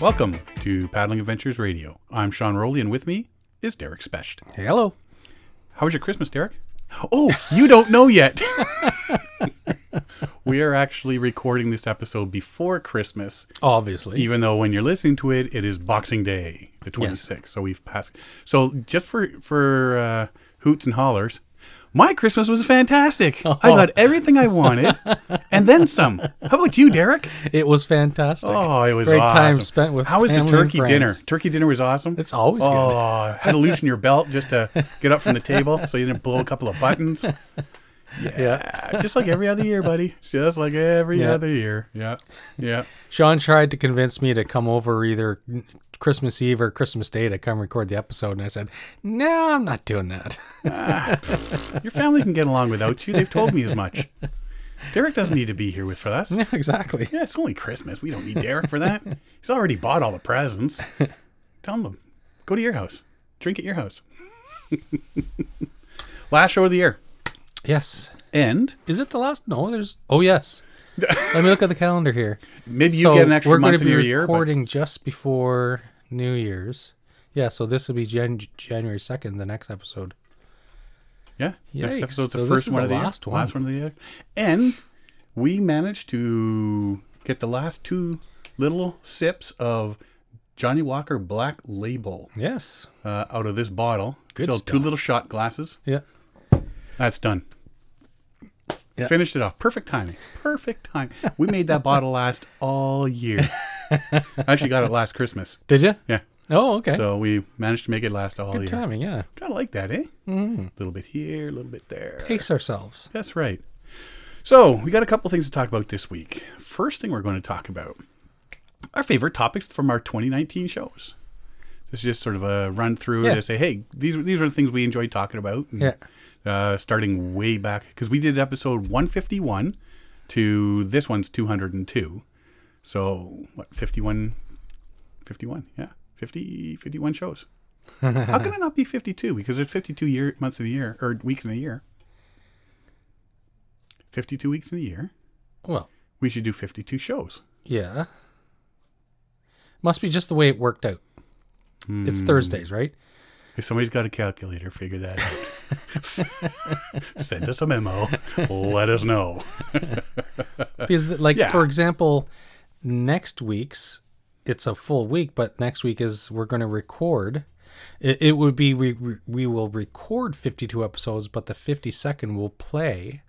Welcome to Paddling Adventures Radio. I'm Sean Rowley, and with me is Derek Specht. Hello. How was your Christmas, Derek? Oh, you don't know yet. we are actually recording this episode before Christmas, Obviously. even though when you're listening to it, it is Boxing Day, the 26th. So we've passed. So just for for uh, hoots and hollers, my Christmas was fantastic. I got everything I wanted, and then some. How about you, Derek? It was fantastic. Oh, it was great awesome. time spent with How was the family and turkey friends. dinner? Turkey dinner was awesome. It's always oh, good. had to loosen your belt just to get up from the table so you didn't blow a couple of buttons. Yeah. Ah, Just like every other year, buddy. Just like every Yeah. other year. Yeah. Yeah. Sean tried to convince me to come over either Christmas Eve or Christmas Day to come record the episode, and I said, "No, I'm not doing that." Your family can get along without you. They've told me as much. Derek doesn't need to be here with for us. Yeah, exactly. Yeah, it's only Christmas. We don't need Derek for that. He's already bought all the presents. Tell him, go to your house. Drink at your house. Last show of the year. Yes. And Is it the last? No, there's. Oh, yes. Let me look at the calendar here. Maybe you So get an extra we're gonna month in be your year. But recording just before New Year's. Yeah, so this will be Jan- January second, the next episode. yeah, next Yikes. episode's So the this first is one the of the year, last one. Last one of the year. And we managed to get the last two little sips of Johnny Walker Black Label Yes. uh, out of this bottle. Good So Two stuff. little shot glasses. Yeah. That's done. Yeah. Finished it off. Perfect timing. Perfect time. We made that bottle last all year. I actually got it last Christmas. Did you? Yeah. Oh, okay. So we managed to make it last all Good year. timing. Yeah. Kind of like that, eh? Mm-hmm. A little bit here, a little bit there. Pace ourselves. That's right. So we got a couple things to talk about this week. First thing we're going to talk about our favorite topics from our 2019 shows. This is just sort of a run through Yeah. to say, hey, these are these are the things we enjoyed talking about. and, Yeah. Uh, starting way back because we did episode 151 to this one's 202. So what 51 51 yeah 50 51 shows. How can it not be 52? Because there's 52 year months in a year or weeks in a year. 52 weeks in a year. Well, We should do 52 shows. yeah. Must be just the way it worked out. It's Hmm. Thursdays, right? If somebody's got a calculator, figure that out. Send us a memo. Let us know. Because, like, Yeah. for example, next week's it's a full week, but next week is we're going to record. It, it would be we we- we will record fifty two episodes, but the fifty second will play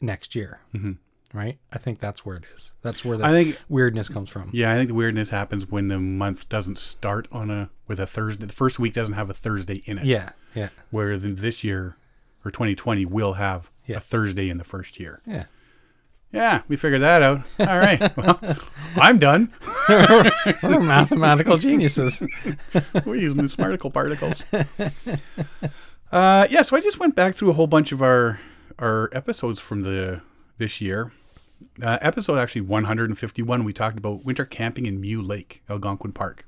next year, mm-hmm. right? I think that's where it is. That's where the I think- weirdness comes from. Yeah, I think the weirdness happens when the month doesn't start on a with a Thursday. The first week doesn't have a Thursday in it. Yeah, yeah, Where the, this year or 2020 will have Yeah. a Thursday in the first year. yeah. Yeah, we figured that out. All right. Well, I'm done. We're mathematical geniuses. We're using the smarticle particles. Uh, yeah, so I just went back through a whole bunch of our our episodes from the this year. Uh, episode actually 151, we talked about winter camping in Mew Lake, Algonquin Park.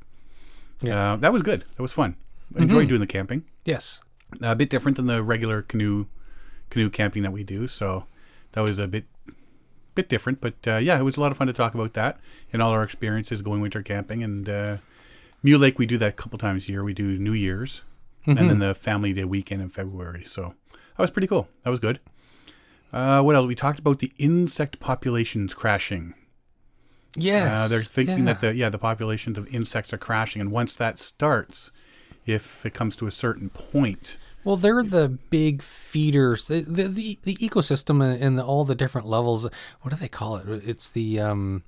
Yeah. Uh, that was good. That was fun. I enjoyed doing the camping. Yes. a bit different than the regular canoe canoe camping that we do. So that was a bit bit different, but uh, yeah, it was a lot of fun to talk about that and all our experiences going winter camping. And uh, Mule Lake, we do that a couple times a year. We do New Year's and then the Family Day weekend in February. So that was pretty cool. That was good. Uh, what else? We talked about the insect populations crashing. Yes. Uh, they're thinking yeah. that the yeah the populations of insects are crashing, and once that starts, if it comes to a certain point, Well, they're the big feeders. The the, the, the ecosystem and- and the, all the different levels. What do they call it? It's the um,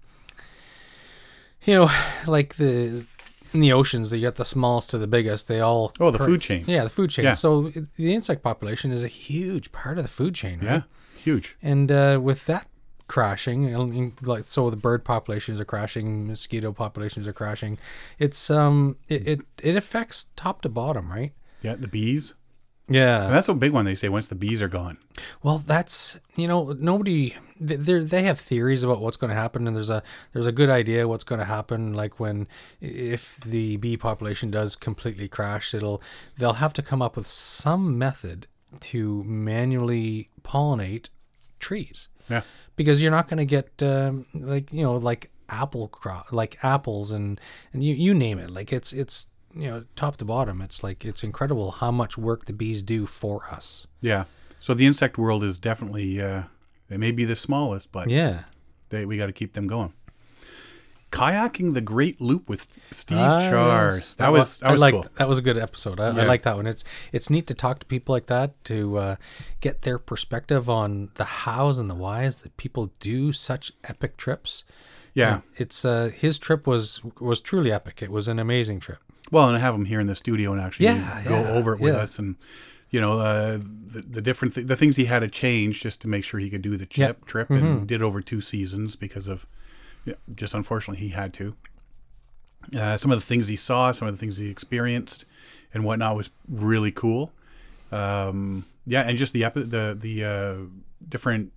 you know, like the in the oceans. You got the smallest to the biggest. They all oh, the per- food chain. Yeah, the food chain. Yeah. So it- the insect population is a huge part of the food chain. Right? Yeah, huge. And uh, with that crashing, and- and like so, the bird populations are crashing, mosquito populations are crashing. It's um, it it, it affects top to bottom, right? Yeah, the bees. Yeah. And that's a big one. They say once the bees are gone. Well, that's you know nobody they they have theories about what's going to happen, and there's a there's a good idea what's going to happen. Like when if the bee population does completely crash, it'll they'll have to come up with some method to manually pollinate trees Yeah, because you're not going to get um, like you know like apple crop, like apples and and you you name it. Like it's it's you know top to bottom. It's like it's incredible how much work the bees do for us. Yeah. So the insect world is definitely uh, they may be the smallest, but Yeah. they, we got to keep them going. Kayaking the Great Loop with Steve Ah, Char. yes. That was that was I liked, cool. That was a good episode. I, Yeah. I like that one. It's it's neat to talk to people like that to uh, get their perspective on the hows and the whys that people do such epic trips. Yeah. It's uh, his trip was was truly epic. It was an amazing trip. Well, and have them here in the studio and actually Yeah, go yeah, over it with yeah. us and you know uh, the, the different th- the things he had to change just to make sure he could do the chip trip Mm-hmm. and did over two seasons because of yeah, just unfortunately he had to. Uh, some of the things he saw, some of the things he experienced, and whatnot was really cool. Um, yeah, and just the epi- the the uh, different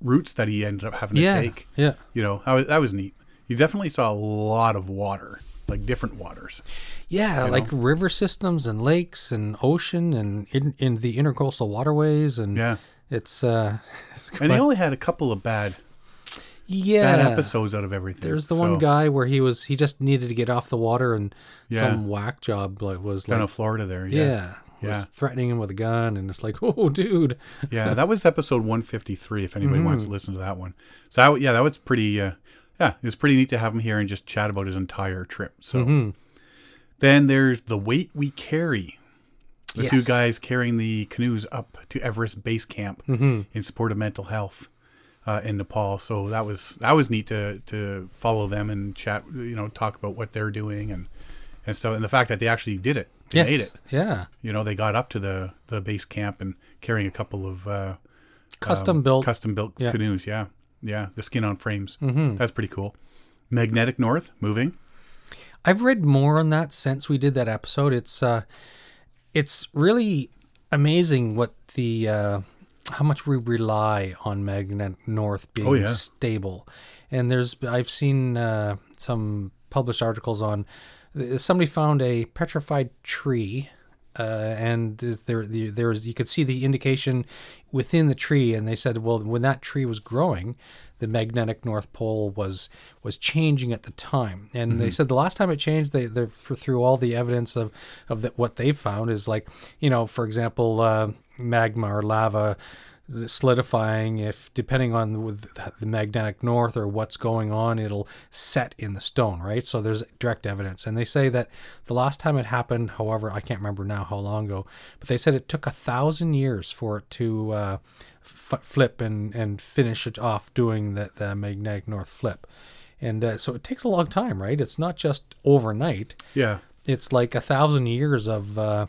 routes that he ended up having yeah. to take. Yeah. You know, that was, that was neat. You definitely saw a lot of water, like different waters. Yeah, like river systems and lakes and ocean and in, in the intercoastal waterways and Yeah. it's uh And they only had a couple of bad yeah. bad episodes out of everything. There's the So, one guy where he was he just needed to get off the water and Yeah. some whack job like was down like in Florida there. yeah, Yeah. was Yeah. threatening him with a gun and it's like oh dude Yeah, that was episode 153 if anybody wants Mm. to listen to that one. So that, yeah, that was pretty uh, yeah, it was pretty neat to have him here and just chat about his entire trip. So Mm-hmm. Then there's The Weight We Carry. The two Yes. guys carrying the canoes up to Everest Base Camp Mm-hmm. in support of mental health. Uh, in Nepal, so that was that was neat to to follow them and chat, you know, talk about what they're doing and and so and the fact that they actually did it, they yes made it, yeah you know they got up to the the base camp and carrying a couple of uh, custom Um, built custom built Yeah. canoes yeah yeah the skin on frames mm-hmm. that's pretty cool magnetic north moving I've read more on that since we did that episode. It's uh, it's really amazing what the uh, how much we rely on Magnet North being Oh, yeah. stable. And there's I've seen uh, some published articles on uh, somebody found a petrified tree. Uh, and is there the- there was you could see the indication within the tree, and they said, well, when that tree was growing, the magnetic north pole was was changing at the time and they said the last time it changed they they for, through all the evidence of of the, what they found is like you know for example uh, magma or lava solidifying if depending on the, with the magnetic north or what's going on it'll set in the stone right so there's direct evidence and they say that the last time it happened however i can't remember now how long ago but they said it took a thousand years for it to uh, f- flip and and finish it off doing the, the magnetic north flip and uh, so it takes a long time right it's not just overnight yeah it's like a thousand years of uh,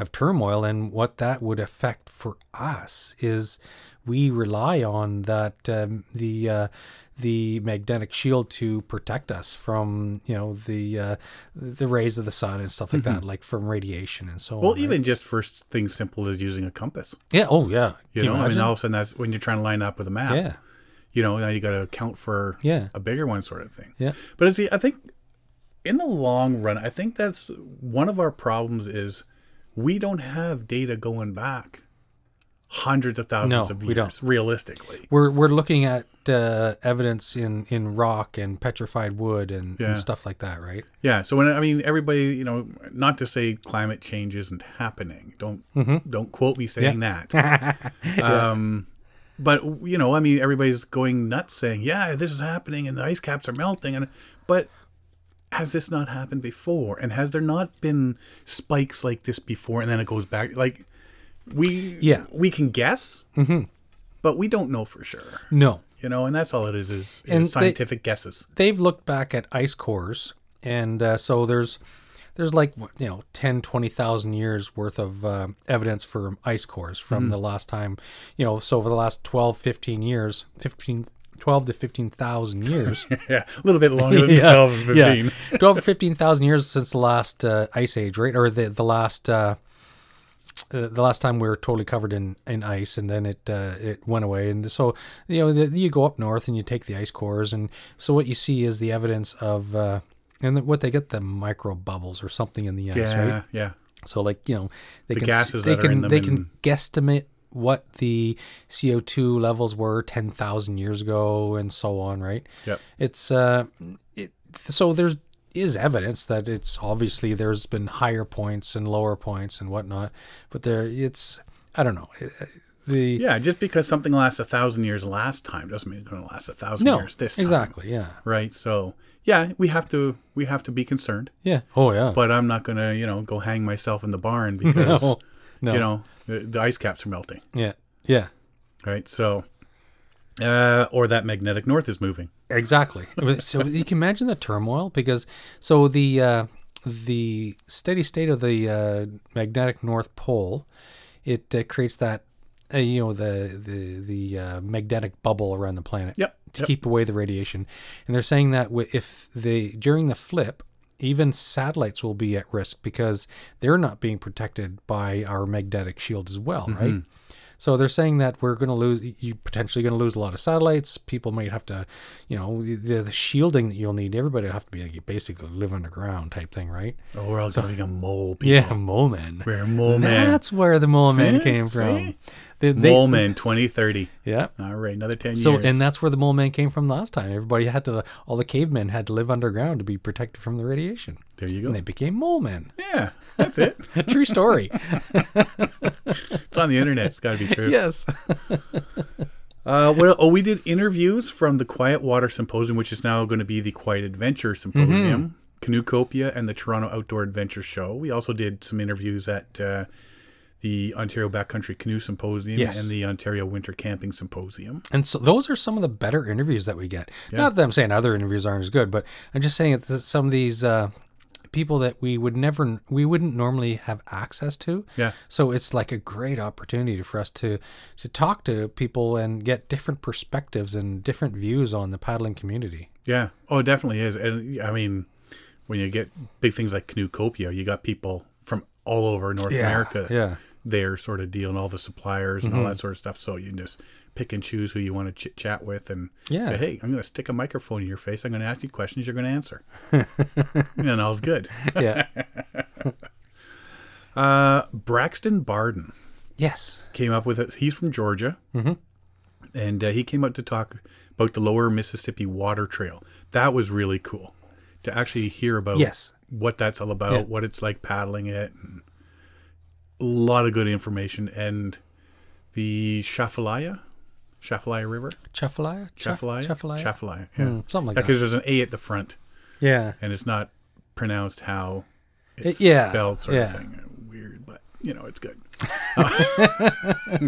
of turmoil, and what that would affect for us is we rely on that um, the uh, the magnetic shield to protect us from you know the uh, the rays of the sun and stuff like that, like from radiation and so Mm-hmm. well on. right? even just first things simple as using a compass yeah, oh yeah, you Can know i mean imagine? all of a sudden that's when you're trying to line up with a map yeah, you know now you got to account for Yeah. a bigger one sort of thing yeah, But see, I think in the long run, I think that's one of our problems is we don't have data going back hundreds of thousands No, of years we don't. realistically. we're we're looking at uh, evidence in in rock and petrified wood and, Yeah. and stuff like that, right? Yeah. So when I mean everybody, you know, not to say climate change isn't happening. Don't Mm-hmm. don't quote me saying that. um but you know, I mean everybody's going nuts saying, "Yeah, this is happening and the ice caps are melting." And but has this not happened before? And has there not been spikes like this before? And then it goes back like we Yeah. Mm-hmm. we can guess. But we don't know for sure, No, you know, and that's all it is is, And is they- scientific guesses. they've looked back at ice cores and uh, so there's there's like what, you know 10 20,000 years worth of uh, evidence for ice cores from the last time you know so over the last 12 15 years 15 12 to 15,000 years Yeah, a little bit longer than yeah, 12 and 15. yeah. 12 to 15,000 years since the last uh, ice age, right? Or the the last uh, uh, the last time we were totally covered in, in ice, and then it uh, it went away. And so you know, the, you go up north and you take the ice cores, and so what you see is the evidence of uh, and the, what they get the micro bubbles or something in the ice, Yeah, right? yeah, So like you know, they can gases they that are can in them they and- can guesstimate what the CO2 levels were 10,000 years ago and so on, right? Yep. It's uh it, so there's is evidence that it's obviously there's been higher points and lower points and whatnot, but there it's I don't know. uh, The Yeah, just because something lasts a thousand years last time doesn't mean it's going to last a thousand no, years this time. exactly, yeah. Right. So yeah, we have to we have to be concerned, Yeah. Oh yeah. but I'm not going to you know go hang myself in the barn because No, no. you know the, the ice caps are melting. yeah. Yeah. Right. So uh, or that magnetic north is moving. Exactly. so you can imagine the turmoil because so the uh, the steady state of the uh, magnetic north pole it uh, creates that uh, you know the the the uh, magnetic bubble around the planet Yep, to yep. keep away the radiation, and they're saying that wi- if they during the flip. Even satellites will be at risk because they're not being protected by our magnetic shield as well, Mm-hmm. right? So they're saying that we're going to lose, you potentially going to lose a lot of satellites. People might have to, you know, the, the shielding that you'll need. Everybody will have to be like, basically live underground type thing, right? Oh, we're all going to become mole people. Yeah, mole men. We're mole man. That's where the mole man See? came from. See? They, they- Mole man 2030. Yeah. All right, another 10 So years. and that's where the mole man came from last time. Everybody had to, all the cavemen had to live underground to be protected from the radiation. there you And go. they became mole men. Yeah, that's it. True story. It's on the internet. It's got to be true. yes. Uh, what, oh, we did interviews from the Quiet Water Symposium, which is now going to be the Quiet Adventure Symposium, Mm-hmm. Canoecopia, and the Toronto Outdoor Adventure Show. We also did some interviews at uh, the Ontario Backcountry Canoe Symposium Yes. and the Ontario Winter Camping Symposium. And so those are some of the better interviews that we get. Not that I'm saying other interviews aren't as good, but I'm just saying that some of these uh, people that we would never, we wouldn't normally have access to. Yeah. So it's like a great opportunity for us to to talk to people and get different perspectives and different views on the paddling community. Yeah. Oh, it definitely is. And I mean, when you get big things like Canoecopia, you got people from all over North America Yeah. their sort of deal and all the suppliers and Mm-hmm. all that sort of stuff. So you can just pick and choose who you want to chit chat with and Yeah. say, hey, I'm going to stick a microphone in your face. I'm going to ask you questions you're going to answer. and all's good. Yeah. Uh, Braxton Barden yes. came up with it. He's from Georgia. Mm-hmm. And uh, he came up to talk about the lower Mississippi Water Trail. That was really cool to actually hear about Yes. what that's all about, Yeah. what it's like paddling it. And a lot of good information. And the Shafalaya, Shafalaya River? Chafalaya. Chaf- Shafalaya? Chafalaya. Shafalaya, yeah. Mm, something like that. Because there's an A at the front yeah. and it's not pronounced how it's yeah, spelled sort yeah. of thing. Weird, but you know, it's good.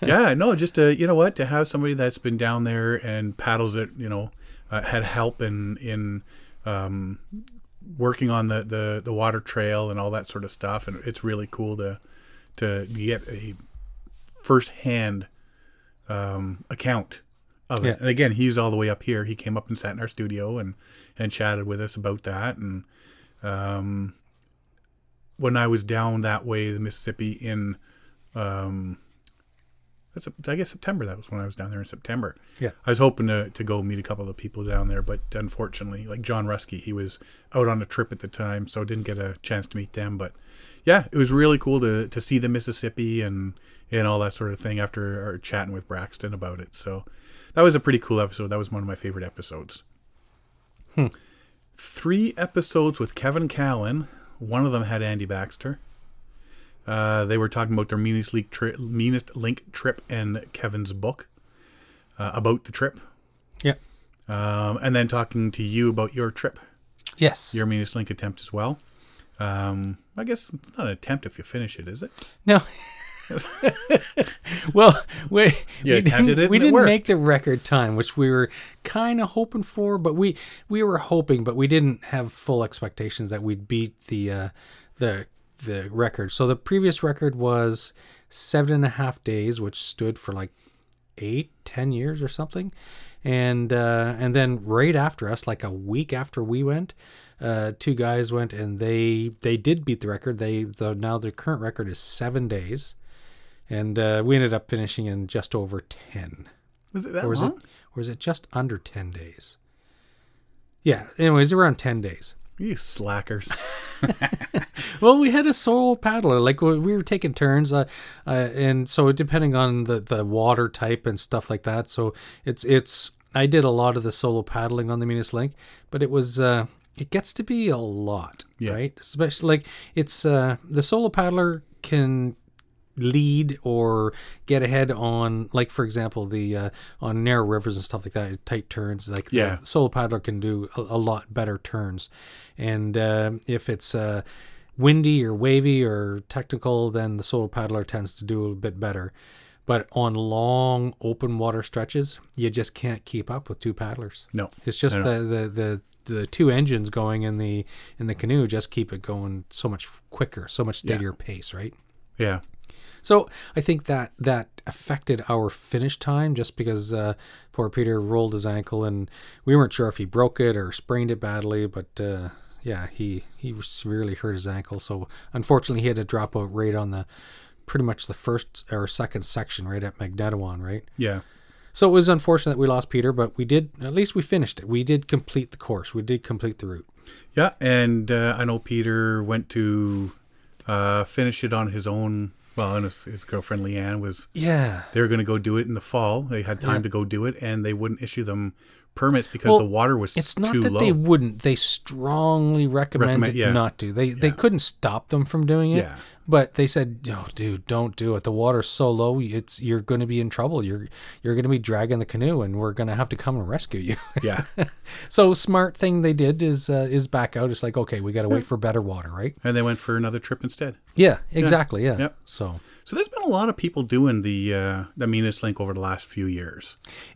yeah, no, just to, you know what, to have somebody that's been down there and paddles it, you know, uh, had help in in um, working on the, the the water trail and all that sort of stuff, and it's really cool to to get a firsthand um, account of Yeah. it. And again, he's all the way up here. He came up and sat in our studio and and chatted with us about that. And um, when I was down that way, the Mississippi in um, that's I guess September. That was when I was down there in September. Yeah. I was hoping to, to go meet a couple of people down there, but unfortunately, like John Rusky, he was out on a trip at the time, so didn't get a chance to meet them. But yeah, it was really cool to, to see the Mississippi and and all that sort of thing after our chatting with Braxton about it. So that was a pretty cool episode. That was one of my favorite episodes. Three episodes with Kevin Callan. One of them had Andy Baxter. Uh, they were talking about their meanest, leak tri- meanest link trip and Kevin's book uh, about the trip, Yeah. um, and then talking to you about your trip, Yes. your meanest link attempt as well. Um, I guess it's not an attempt if you finish it, is it? No. well, we You we attempted didn't, it we and it didn't worked. make the record time, which we were kind of hoping for, but we we were hoping, but we didn't have full expectations that we'd beat the uh, the the record. So the previous record was seven and a half days, which stood for like eight, ten years or something, and uh, and then right after us, like a week after we went, uh, two guys went and they they did beat the record. They the now the current record is seven days, and uh, we ended up finishing in just over ten. Was it that Or was long? it or was it just under ten days? Yeah. Anyways, around ten days. You slackers. Well, we had a solo paddler. Like we we were taking turns, uh, uh, and so depending on the the water type and stuff like that. So it's it's I did a lot of the solo paddling on the Venus Link, but it was uh, it gets to be a lot, Yeah. right? Especially like it's uh, the solo paddler can lead or get ahead on like for example the uh, on narrow rivers and stuff like that tight turns like the Yeah. solo paddler can do a, a lot better turns and um if it's uh, windy or wavy or technical then the solo paddler tends to do a bit better but on long open water stretches you just can't keep up with two paddlers No. it's just No, the, the the the two engines going in the in the canoe just keep it going so much quicker so much Yeah. steadier pace right Yeah. so I think that that affected our finish time just because uh, poor Peter rolled his ankle and we weren't sure if he broke it or sprained it badly, but uh, yeah, he he severely hurt his ankle. So unfortunately, he had to drop out right on the pretty much the first or second section right at Magnetawan, right? Yeah. So it was unfortunate that we lost Peter, but we did at least we finished it. We did complete the course. We did complete the route. Yeah, and uh, I know Peter went to uh, finish it on his own. Well, and his, his girlfriend Leanne was. Yeah. They were going to go do it in the fall. They had time to go do it, and they wouldn't issue them permits because Well, the water was It's not too that low. they wouldn't. They strongly recommended Recommend- yeah. not to. They they couldn't stop them from doing it. Yeah. But they said, "No, dude, don't do it. The water's so low. It's you're going to be in trouble. You're you're going to be dragging the canoe, and we're going to have to come and rescue you." yeah, so smart thing they did is uh, is back out. It's like, okay, we got to wait for better water, right? and they went for another trip instead. Yeah, exactly. Yeah. Yep. So So there's been a lot of people doing the uh, the meanest link over the last few years.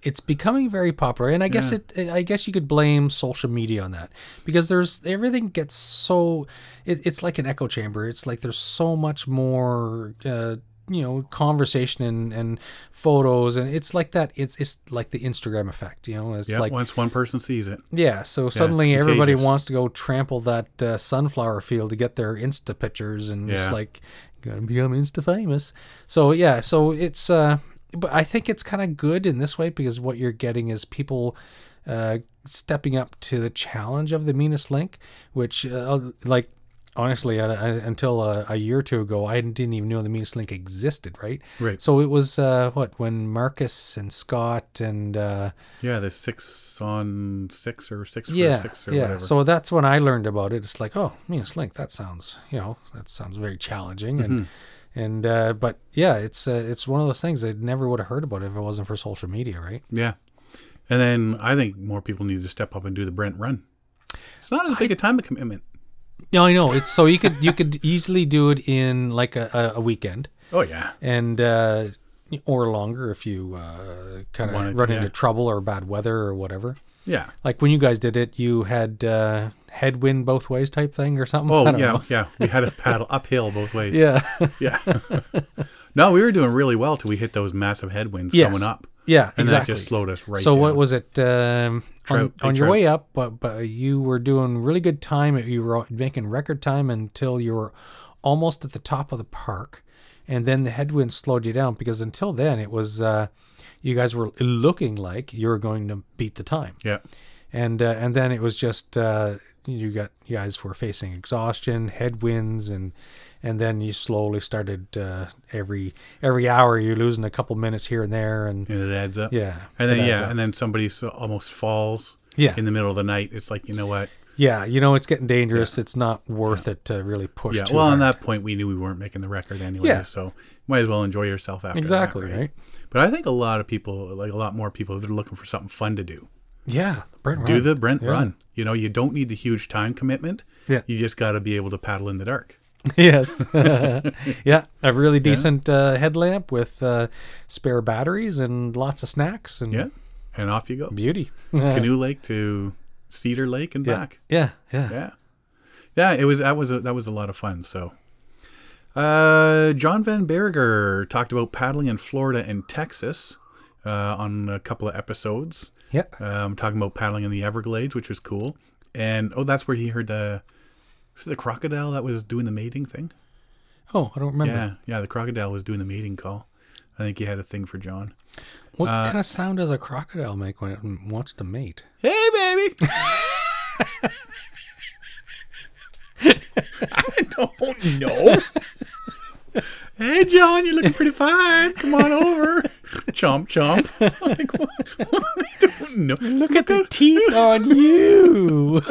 it's becoming very popular and i guess it i guess you could blame social media on that because there's everything gets so it, it's like an echo chamber it's like there's so much more uh you know conversation and, and photos and it's like that it's it's like the instagram effect you know it's Yeah, like once one person sees it, yeah so suddenly everybody contagious. wants to go trample that uh, sunflower field to get their insta pictures and it's Yeah. like gonna become insta famous so yeah so it's uh but i think it's kind of good in this way because what you're getting is people uh stepping up to the challenge of the meanest link which uh, like honestly I, I, until a, a year or two ago i didn't even know the meanest link existed right Right. so it was uh what when marcus and scott and uh yeah, the six on six or six for yeah, six or yeah. whatever. So that's when I learned about it. It's like, oh, Venus Link. That sounds, you know, that sounds very challenging. And and uh, but yeah, it's uh, it's one of those things I never would have heard about if it wasn't for social media, right? Yeah. And then I think more people need to step up and do the Brent run. It's not as big a time commitment. No, I know. It's so you could you could easily do it in like a, a- a weekend Oh yeah. and uh, or longer if you uh, kind Wanted of to, run into yeah. trouble or bad weather or whatever. Yeah. Like when you guys did it, you had uh, headwind both ways type thing or something. I Oh don't yeah, know. yeah. We had a paddle uphill both ways. yeah. Yeah. no, we were doing really well till we hit those massive headwinds Yes. coming up. Yeah, And exactly. that just slowed us right so down. what was it um, Trout, on, on big your trout. way up? But but you were doing really good time. You were making record time until you were almost at the top of the park, and then the headwind slowed you down because until then it was uh, you guys were looking like you were going to beat the time, Yeah. and uh, and then it was just uh, you got you guys were facing exhaustion, headwinds, and and then you slowly started uh, every every hour you're losing a couple minutes here and there, and And it adds up. yeah, And then it adds yeah, up. and then somebody so almost falls Yeah. in the middle of the night. It's like, you know what? Yeah, you know it's getting dangerous. It's not worth it to really push. Yeah. too Well, hard. on that point we knew we weren't making the record anyway, Yeah. so might as well enjoy yourself after that, exactly right. But I think a lot of people, like a lot more people, they're looking for something fun to do. Yeah, Brent do Ryan. the Brent run. You know, you don't need the huge time commitment. Yeah. You just got to be able to paddle in the dark. yes, yeah, a really decent uh, headlamp with uh, spare batteries and lots of snacks and Yeah. And off you go. beauty. Canoe Lake to Cedar Lake and yeah. back. Yeah, yeah, Yeah. Yeah, it was that was a, that was a lot of fun, so uh, John Van Berger talked about paddling in Florida and Texas uh, on a couple of episodes. yeah. Um, talking about paddling in the Everglades, which was cool. And oh, that's where he heard the was it the crocodile that was doing the mating thing. Oh, I don't remember. Yeah, yeah. The crocodile was doing the mating call. I think he had a thing for John. What uh, kind of sound does a crocodile make when it wants to mate? Hey, baby. I don't know. hey, John, you're looking pretty fine. Come on over. Chomp, chomp. like, what? I don't know. Look at the teeth on you.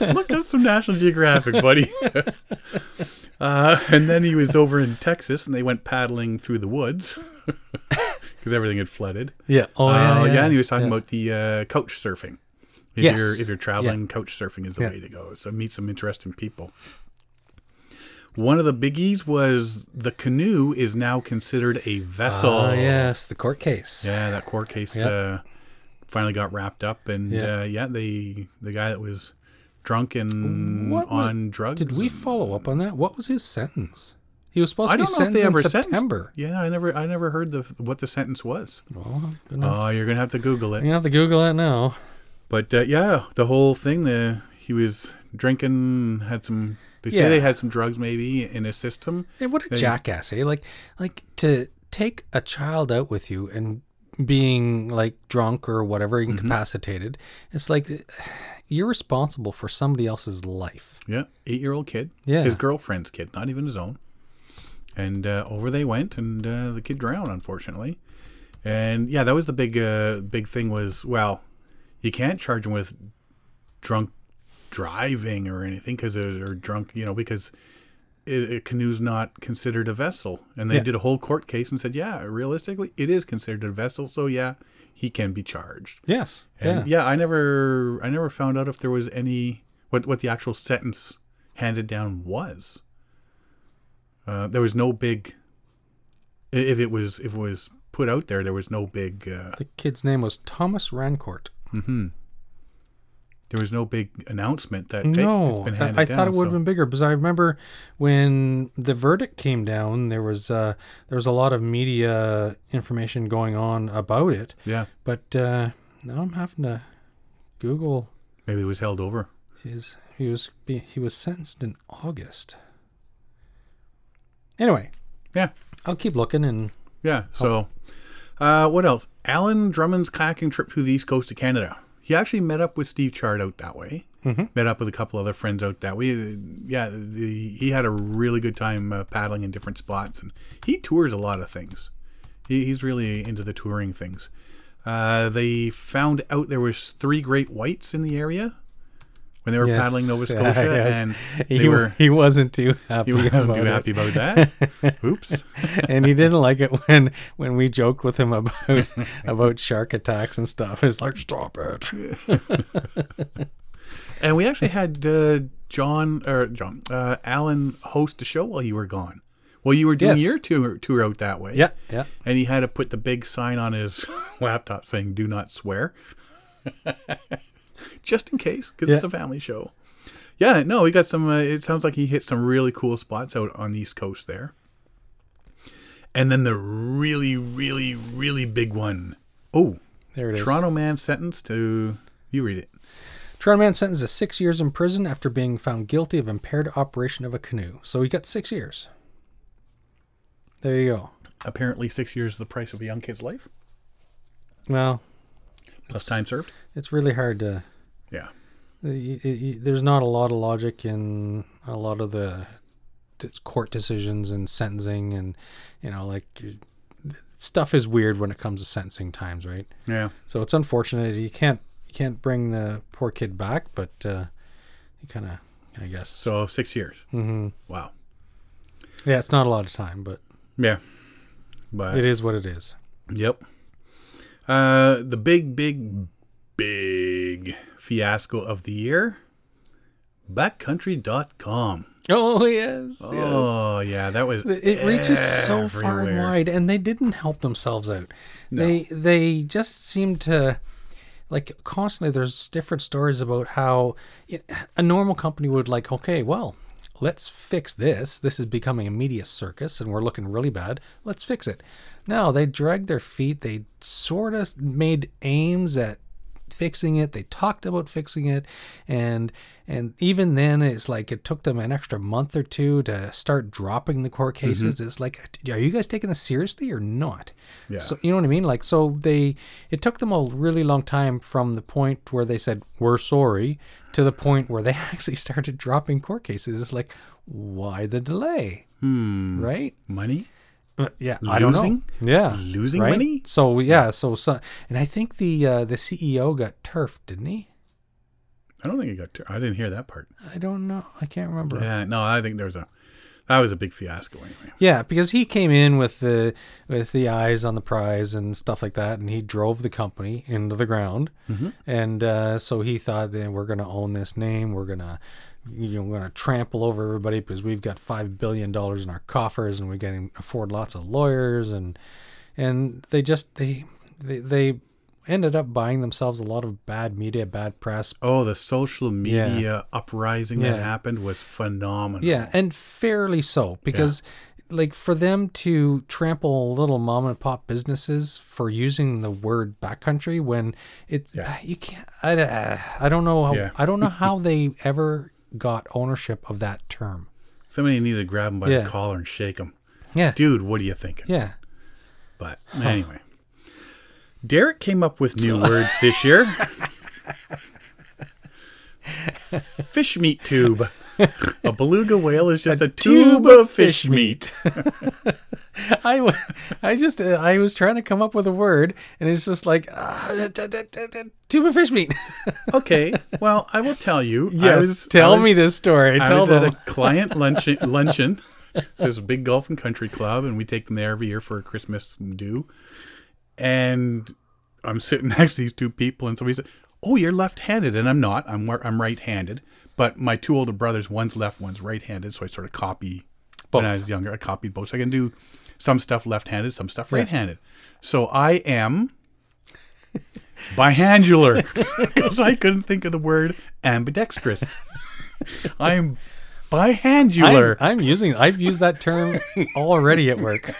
Look up some National Geographic, buddy. uh, and then he was over in Texas, and they went paddling through the woods because everything had flooded. Yeah. Oh, Uh, yeah, yeah, yeah. and he was talking about the uh, couch surfing. If Yes. you're if you're traveling, couch surfing is the Yeah. way to go. So meet some interesting people. One of the biggies was the canoe is now considered a vessel. Oh, yes, the court case. Yeah, that court case Yeah. uh, finally got wrapped up, and Yeah. uh, yeah, the the guy that was drunk and What wa- on drugs. Did we follow up on that? What was his sentence? He was supposed I to be don't know if they sentenced ever in sentenced- September. Yeah, I never I never heard the what the sentence was. Well, I'm gonna- Oh, you're gonna have to Google it. I'm gonna have to Google that now. But uh, yeah, the whole thing. The he was drinking, had some. They say Yeah. they had some drugs maybe in his system. Hey, what a jackass, eh? Like, like to take a child out with you and being like drunk or whatever, incapacitated. It's like you're responsible for somebody else's life. Yeah, eight-year-old kid. Yeah. his girlfriend's kid, not even his own. And uh, over they went, and uh, the kid drowned, unfortunately. And yeah, that was the big uh, big thing was well, you can't charge him with drunk driving or anything because or drunk, you know, because it, a canoe's not considered a vessel. And they Yeah. did a whole court case and said, yeah, realistically, it is considered a vessel, so yeah, he can be charged. Yes. And yeah. I never I never found out if there was any what what the actual sentence handed down was. Uh, there was no big i- if it was if it was put out there there was no big uh, The kid's name was Thomas Rancourt. there was no big announcement that hey, No, it's been I- handed I down, thought it would have so- been bigger because I remember when the verdict came down, there was uh, there was a lot of media information going on about it. yeah But uh, now I'm having to Google maybe it was held over his. He was be, he was sentenced in August. Anyway, yeah I'll keep looking and Yeah. Oh. So, uh, what else? Alan Drummond's kayaking trip through the east coast of Canada. He actually met up with Steve Chard out that way. Mm-hmm. Met up with a couple other friends out that way. Yeah, the, he had a really good time uh, paddling in different spots, and he tours a lot of things. He, he's really into the touring things. Uh, they found out there was three great whites in the area when they were Yes, paddling Nova yeah, Scotia, yes. and they he, were. he wasn't too happy. He wasn't about too it. happy about that. Oops. and he didn't like it when when we joked with him about about shark attacks and stuff. He's like, "Stop it!" And we actually had uh, John or John uh, Alan host a show while you were gone. Well, you were doing Yes. your tour tour out that way. Yeah, yeah. And he had to put the big sign on his laptop saying "Do not swear," just in case, because it's Yeah. a family show. Yeah, no, he got some. Uh, it sounds like he hit some really cool spots out on the East Coast there. And then the really, really, really big one. Oh, There it is. Toronto, Toronto man sentenced to. You read it. man sentenced to six years in prison after being found guilty of impaired operation of a canoe. So he got six years. There you go. Apparently, six years is the price of a young kid's life. Well, plus time served. it's really hard to. Yeah, y- y- y- There's not a lot of logic in a lot of the d- court decisions and sentencing, and you know, like y- stuff is weird when it comes to sentencing times, right? yeah, So it's unfortunate you can't you can't bring the poor kid back, but uh, you kind of I guess so six years. hmm Wow. yeah, it's not a lot of time, but Yeah, but it is what it is. yep. Uh, the big, big, big fiasco of the year. Backcountry.com. Oh yes, Oh yeah, that was It reaches so far and everywhere. wide, and they didn't help themselves out. They they just seem to like constantly. There's different stories about how it, a normal company would like, okay, well, let's fix this. This is becoming a media circus, and we're looking really bad. Let's fix it. No, they dragged their feet. They sort of made aims at fixing it. They talked about fixing it, and and even then, it's like it took them an extra month or two to start dropping the court cases. It's like, are you guys taking this seriously or not? Yeah. So you know what I mean? Like, so they it took them a really long time from the point where they said we're sorry to the point where they actually started dropping court cases. It's like, why the delay? Right? Hmm. Money? Uh, yeah, I don't know. Mm. Losing? Yeah, Losing right? money? So yeah, so, so and I think the uh, the CEO got turfed, didn't he? I don't think it got. Ter- I didn't hear that part. I don't know. I can't remember. Yeah. Yeah, no, I think there was a. That was a big fiasco anyway. because he came in with the with the eyes on the prize and stuff like that, and he drove the company into the ground. And uh, so he thought that we're going to own this name. We're going to you know, we're going to trample over everybody because we've got five billion dollars in our coffers, and we can afford lots of lawyers and and they just they they, they ended up buying themselves a lot of bad media, bad press, Oh, the social media uprising that Yeah. happened was phenomenal. Yeah, and fairly so because like for them to trample little mom and pop businesses for using the word backcountry when it Yeah. you can't I, uh, I don't know how, Yeah. I don't know how they ever got ownership of that term. Somebody needed to grab him by Yeah. the collar and shake him. Yeah. Dude, what are you thinking? Yeah. But anyway, Derek came up with new words this year. fish meat tube. A beluga whale is just a, tube, tube of fish meat. I, w- I just uh, I was trying to come up with a word and it's just like uh, d- d- d- d- tube of fish meat. okay. Well, I will tell you. I yes. was- I tell me was- this story. I tell was them. at a client luncheon. luncheon. There's a big golf and country club, and we take them there every year for a Christmas do. And I'm sitting next to these two people, and somebody said, "Oh, you're left-handed," and I'm not. I'm wa- I'm right-handed, but my two older brothers, one's left, one's right-handed, so I sort of copy. When I was younger, I copied both. So I can do some stuff left-handed, some stuff right-handed. So I am bihangular because I couldn't think of the word ambidextrous. I'm bihangular. I'm, I'm using. I've used that term already at work.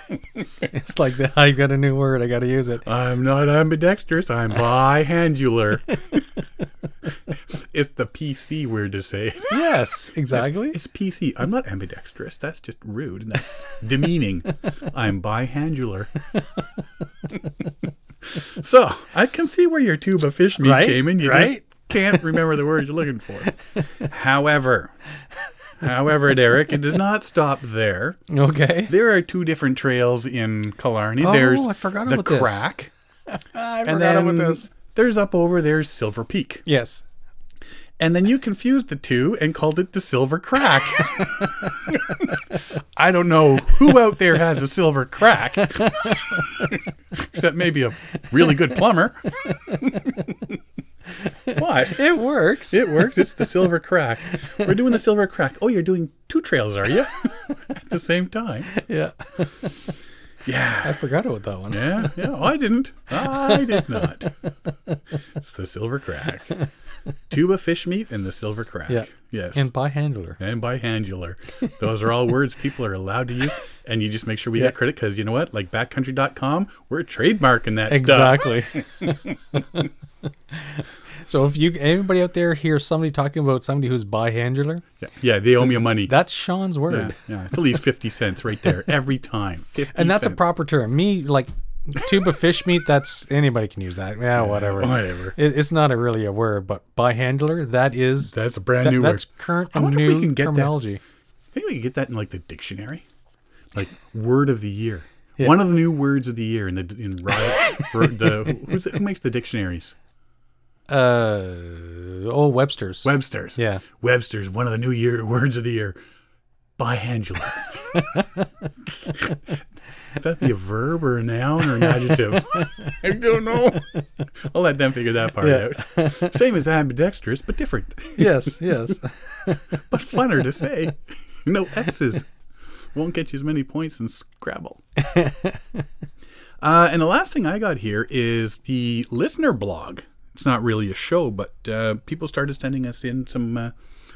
It's like the, I've got a new word. I got to use it. I'm not ambidextrous. I'm bihangular. it's the PC word to say. Yes, exactly. It's PC. I'm not ambidextrous. That's just rude. and That's demeaning. I'm bihangular. so I can see where your tube of fish meat Right? came in. You Right? just can't remember the word you're looking for. However, however, Derek, it does not stop there. Okay. There are two different trails in Killarney. There's Oh, I forgot the about this. crack, I and then there's up over there's Silver Peak, Yes. and then you confused the two and called it the Silver Crack. I don't know who out there has a silver crack, except maybe a really good plumber. but It works. it works. It's the Silver Crack. We're doing the Silver Crack. Oh, you're doing two trails, are you? At the same time. yeah. Yeah. I forgot about that one. Yeah, yeah, Oh, I didn't. I did not. It's the silver crack. Tuba fish meat and the silver crack. Yeah. Yes. And And, by handler. by handular. Those are all words people are allowed to use. And you just make sure we get credit because you know what? Like backcountry.com, we're trademarking that stuff. Exactly. so if you anybody out there hears somebody talking about somebody who's by handler, Yeah, yeah, they owe me money. that's Sean's word. yeah, yeah, it's at least 50 cents right there every time. 50 and that's a cents. proper term. Me like tube of fish meat. That's anybody can use that. Yeah, whatever. Whatever. It, it's not a, really a word, but by handler that is That's a brand that, new that's word. current I and wonder new if we can get that. terminology. I think we could get that in like the dictionary, like word of the year. One of the new words of the year in the in Riot. or the who's it, who makes the dictionaries? Uh oh, Webster's. Webster's. Yeah. Webster's. One of the new year words of the year. Bihangular. Would that be a verb or a noun or an adjective? I don't know. I'll let them figure that part out. Same as ambidextrous, but different, yes, yes. but funner to say. No X's. Won't get you as many points in Scrabble. Uh, and the last thing I got here is the listener blog. It's not really a show, but uh, people started sending us in some uh,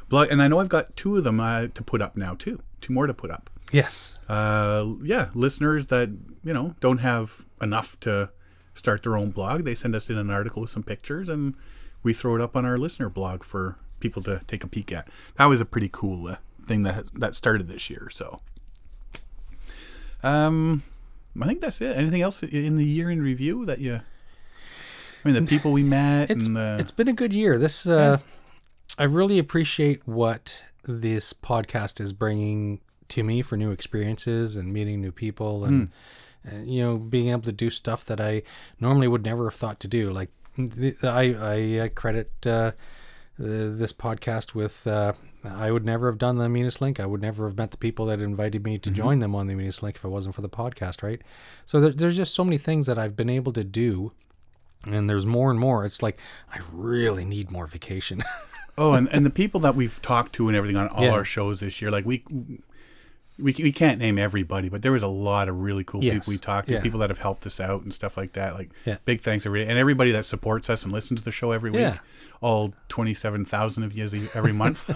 blog, and I know I've got two of them uh, to put up now too. Two more to put up. Yes. Uh, yeah, listeners that you know don't have enough to start their own blog. They send us in an article with some pictures, and we throw it up on our listener blog for people to take a peek at. That was a pretty cool uh, thing that that started this year. So, um, I think that's it. Anything else in the year in review that you? I mean, the people we met. It's and, uh, it's been a good year. This uh, I really appreciate what this podcast is bringing to me for new experiences and meeting new people and, and you know being able to do stuff that I normally would never have thought to do. Like th- I I uh, credit uh, the, this podcast with. Uh, I would never have done the Meanest Link. I would never have met the people that invited me to join them on the Meanest Link if it wasn't for the podcast, right? So there, there's just so many things that I've been able to do and there's more and more it's like i really need more vacation Oh, and, and the people that we've talked to and everything on all Yeah. our shows this year, like we, we we can't name everybody, but there was a lot of really cool Yes. people we talked to, Yeah. people that have helped us out and stuff like that. Like Yeah. big thanks every and everybody that supports us and listens to the show every week, Yeah. all twenty seven thousand of you every month.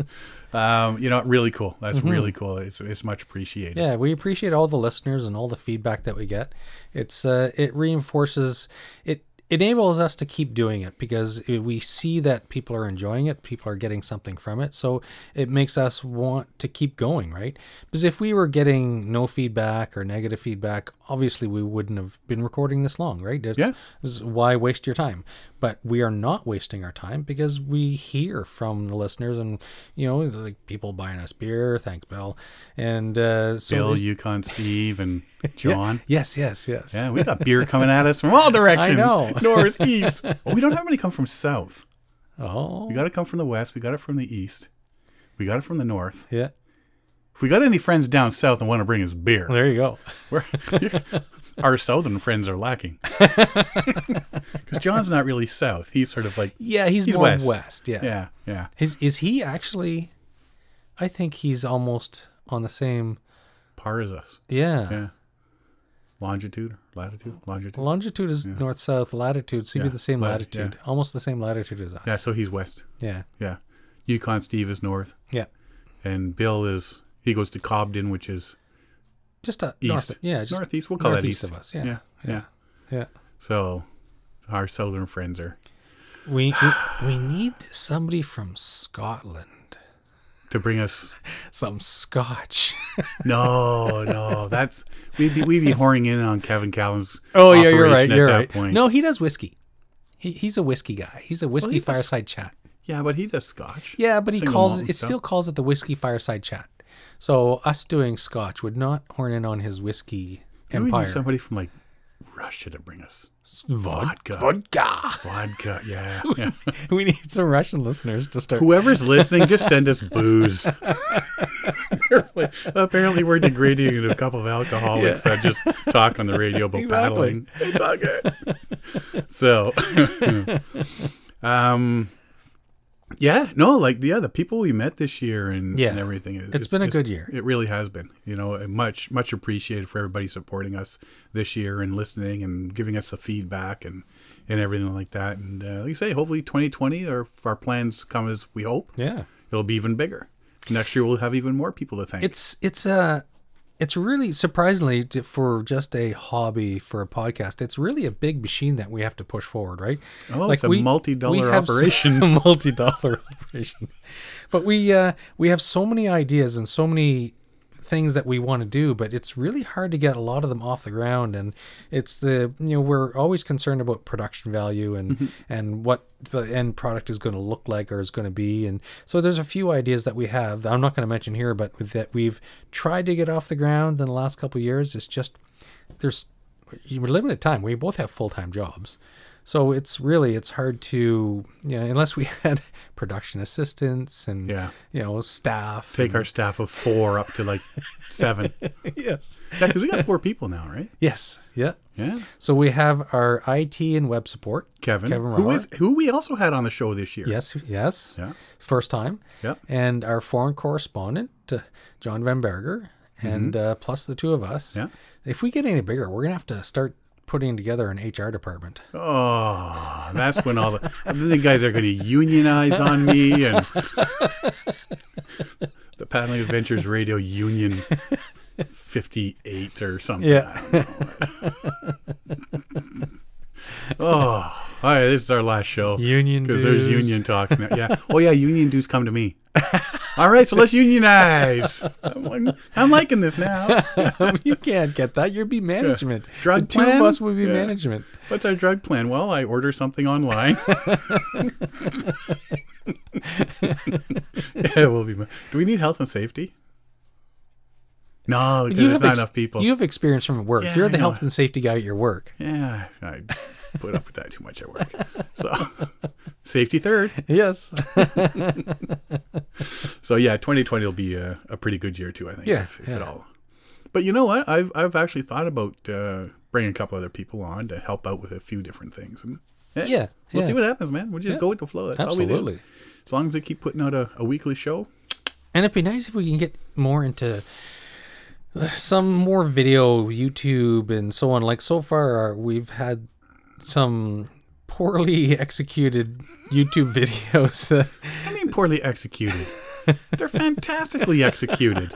um, you know, really cool. That's really cool. It's it's much appreciated. Mm-hmm. yeah we appreciate all the listeners and all the feedback that we get it's uh it reinforces it enables us to keep doing it because i- we see that people are enjoying it people are getting something from it so it makes us want to keep going right because if we were getting no feedback or negative feedback obviously we wouldn't have been recording this long right It's- Yeah. This is why waste your time? But we are not wasting our time because we hear from the listeners and, you know, like people buying us beer. Thanks, Bill. And uh, so Bill, there's- Yukon Steve, and John. yes, yes, yes. Yeah, we got beer coming at us from all directions. know. North, east. Oh, we don't have any come from south. Oh, We got it come from the west. We got it from the east. We got it from the north. yeah. If we got any friends down south and want to bring us beer, There you go. we're, our southern friends are lacking. Because John's not really south. He's sort of like Yeah, he's, He's more west. west. yeah. yeah, yeah. Is is he actually? I think he's almost on the same. Par is us. Yeah. Yeah. Longitude, latitude, longitude. Longitude is north south. Latitude, so he'd Yeah, be the same lat- latitude, almost the same latitude as us. Yeah, so he's west. Yeah. Yeah. Yukon Steve is north, Yeah. and Bill is he goes to Cobden, which is Just a east. North, yeah. Just northeast. We'll call that northeast east of us. Yeah. yeah, yeah. yeah. So our southern friends are We we, we need somebody from Scotland. to bring us Some Scotch. No, no, that's we'd be we'd be whoring in on Kevin Callan's. Oh, operation at that Point. No, he does whiskey. He, he's a whiskey guy. He's a whiskey he does- fireside chat. yeah, but he does scotch. Yeah, but he Single calls malt it and stuff. still calls it the whiskey fireside chat. So us doing Scotch would not horn in on his whiskey Maybe We empire. need somebody from like Russia to bring us vodka. Vodka. Vodka, yeah. yeah. we need some Russian listeners to start. Whoever's listening, just send us booze. apparently, apparently we're degrading into a couple of alcoholics that just talk on the radio about Exactly. paddling. It's all good. so, um, yeah, no, like yeah, the people we met this year and, Yeah. and everything. it- it's been a good year. It really has been, you know, and much much appreciated for everybody supporting us this year and listening and giving us the feedback and and everything like that. And uh, like you say, hopefully 2020, or if our plans come as we hope, Yeah. it'll be even bigger. Next year, we'll have even more people to thank. it's it's uh it's really surprisingly t- for just a hobby for a podcast it's really a big machine that we have to push forward right Oh, it's a multi-dollar have s- operation. a multi-dollar operation but we uh we have so many ideas and so many things that we want to do but it's really hard to get a lot of them off the ground and it's the you know we're always concerned about production value and and what the end product is going to look like or is going to be and so there's a few ideas that we have that I'm not going to mention here but that we've tried to get off the ground in the last couple of years it's just there's we're limited time we both have full-time jobs so it's really it's hard to you know, unless we had production assistants and Yeah. you know staff Take our staff of four up to like seven. Yeah, yes 'cause we got four people now, right? Yes. Yeah. Yeah. So we have our IT and web support. Kevin, Kevin who, Rower. is, who we also had on the show this year. Yes. Yes. Yeah. First time. Yep. And our foreign correspondent, uh, John Van Berger, and uh, plus the two of us. Mm-hmm. Yeah. If we get any bigger, we're gonna have to start putting together an HR department. Oh, that's when all the, then the guys are going to unionize on me and the Paddling Adventures Radio Union 58 or something. Yeah. Oh, all right. This is our last show. Union Because there's dues. union talks now. Yeah. Oh yeah, union dues come to me. All right, so let's unionize. I'm, I'm liking this now. you can't get that. You'd be management. Drug the two plan? of us would be Yeah. management. What's our drug plan? Well, I order something online. yeah, we'll be. Do we need health and safety? No, because there's not ex- enough people. You have experience from work. Yeah, You're I the know. health and safety guy at your work. Yeah, I put up with that too much at work. So, safety third. Yes. So yeah, 2020 will be a, a pretty good year too. I think. Yeah, if, if yeah. at all. But you know what? I've I've actually thought about uh, bringing a couple other people on to help out with a few different things. And, eh, Yeah, we'll yeah. see what happens, man. We'll just go with the flow. That's all we Absolutely. do. As long as we keep putting out a, a weekly show. And it'd be nice if we can get more into uh, some more video, YouTube, and so on. Like so far, uh, we've had some poorly executed YouTube videos. I mean, poorly executed. They're fantastically executed.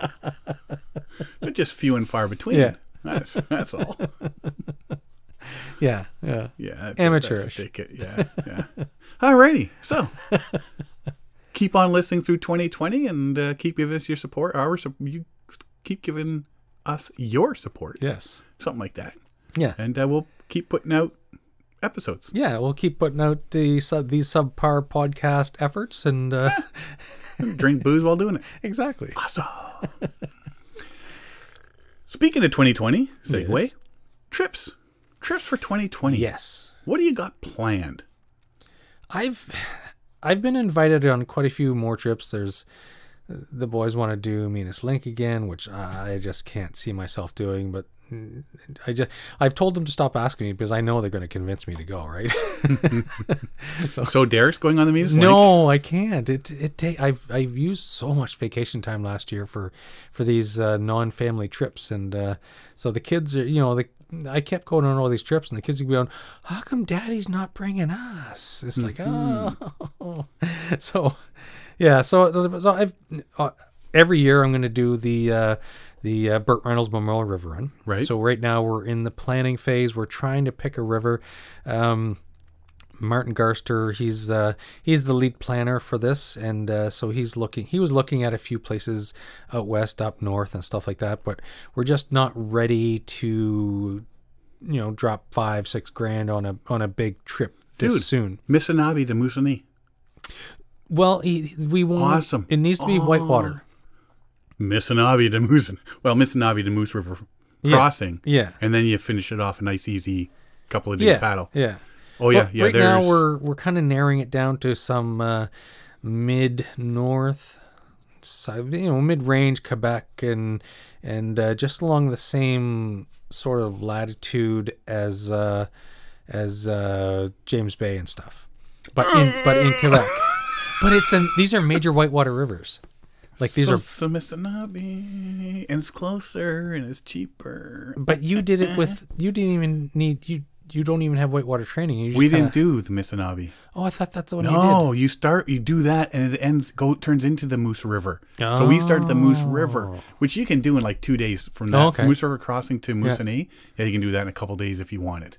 They're just few and far between. Yeah. That's that's all. yeah, yeah. Yeah, that's Amateurish. ticket. Yeah, yeah. Alrighty, so keep on listening through 2020 and uh, keep giving us your support. Our sup- you keep giving us your support, Yes. something like that, Yeah. and uh, we'll keep putting out episodes. Yeah, we'll keep putting out the sub, these subpar podcast efforts, and uh, Drink booze while doing it. exactly. Awesome. Speaking of 2020, segue Yes. trips, trips for 2020. Yes, What do you got planned? I've I've been invited on quite a few more trips. There's the boys want to do Minas Link again, which I just can't see myself doing. But mm, I just I've told them to stop asking me because I know they're going to convince me to go. Right? So Derek's going on the meeting. no, I can't. It it ta- I've I've used so much vacation time last year for for these uh, non family trips, and uh, so the kids are you know the. I kept going on all these trips, and the kids would be going, "How come Daddy's not bringing us?" It's like, oh, so yeah. So, so I've uh, every year I'm going to do the uh, the uh, Burt Reynolds Memorial River Run. Right. So right now we're in the planning phase. We're trying to pick a river. Um, Martin Garster, he's uh, he's the lead planner for this, and uh, so he's looking. He was looking at a few places out west, up north, and stuff like that. But we're just not ready to, you know, drop five, six grand on a on a big trip this Dude. soon. Misanabe to Musoni. Well, he, we want Awesome. Oh. It needs to be whitewater. Missonavi to Moose, well, Missonavi to Moose River crossing, Yeah. and then you finish it off a nice, easy couple of days Yeah. paddle. Yeah. Oh yeah, But yeah. right there's now we're we're kind of narrowing it down to some uh, mid north, you know, mid range Quebec and and uh, just along the same sort of latitude as uh, as uh, James Bay and stuff, but in but in Quebec. But it's a, these are major whitewater rivers. Like these so, are so Missonabe, and it's closer and it's cheaper. But you did it with you didn't even need you you don't even have whitewater training. You just We kinda- didn't do the Missonabe. Oh, I thought that's the one you No, you start, you do that, and it ends, go turns into the Moose River. So we start at the Moose River, which you can do in like two days from that Oh, okay. from Moose River crossing to Moosonee. Yeah. you can do that in a couple days if you want it.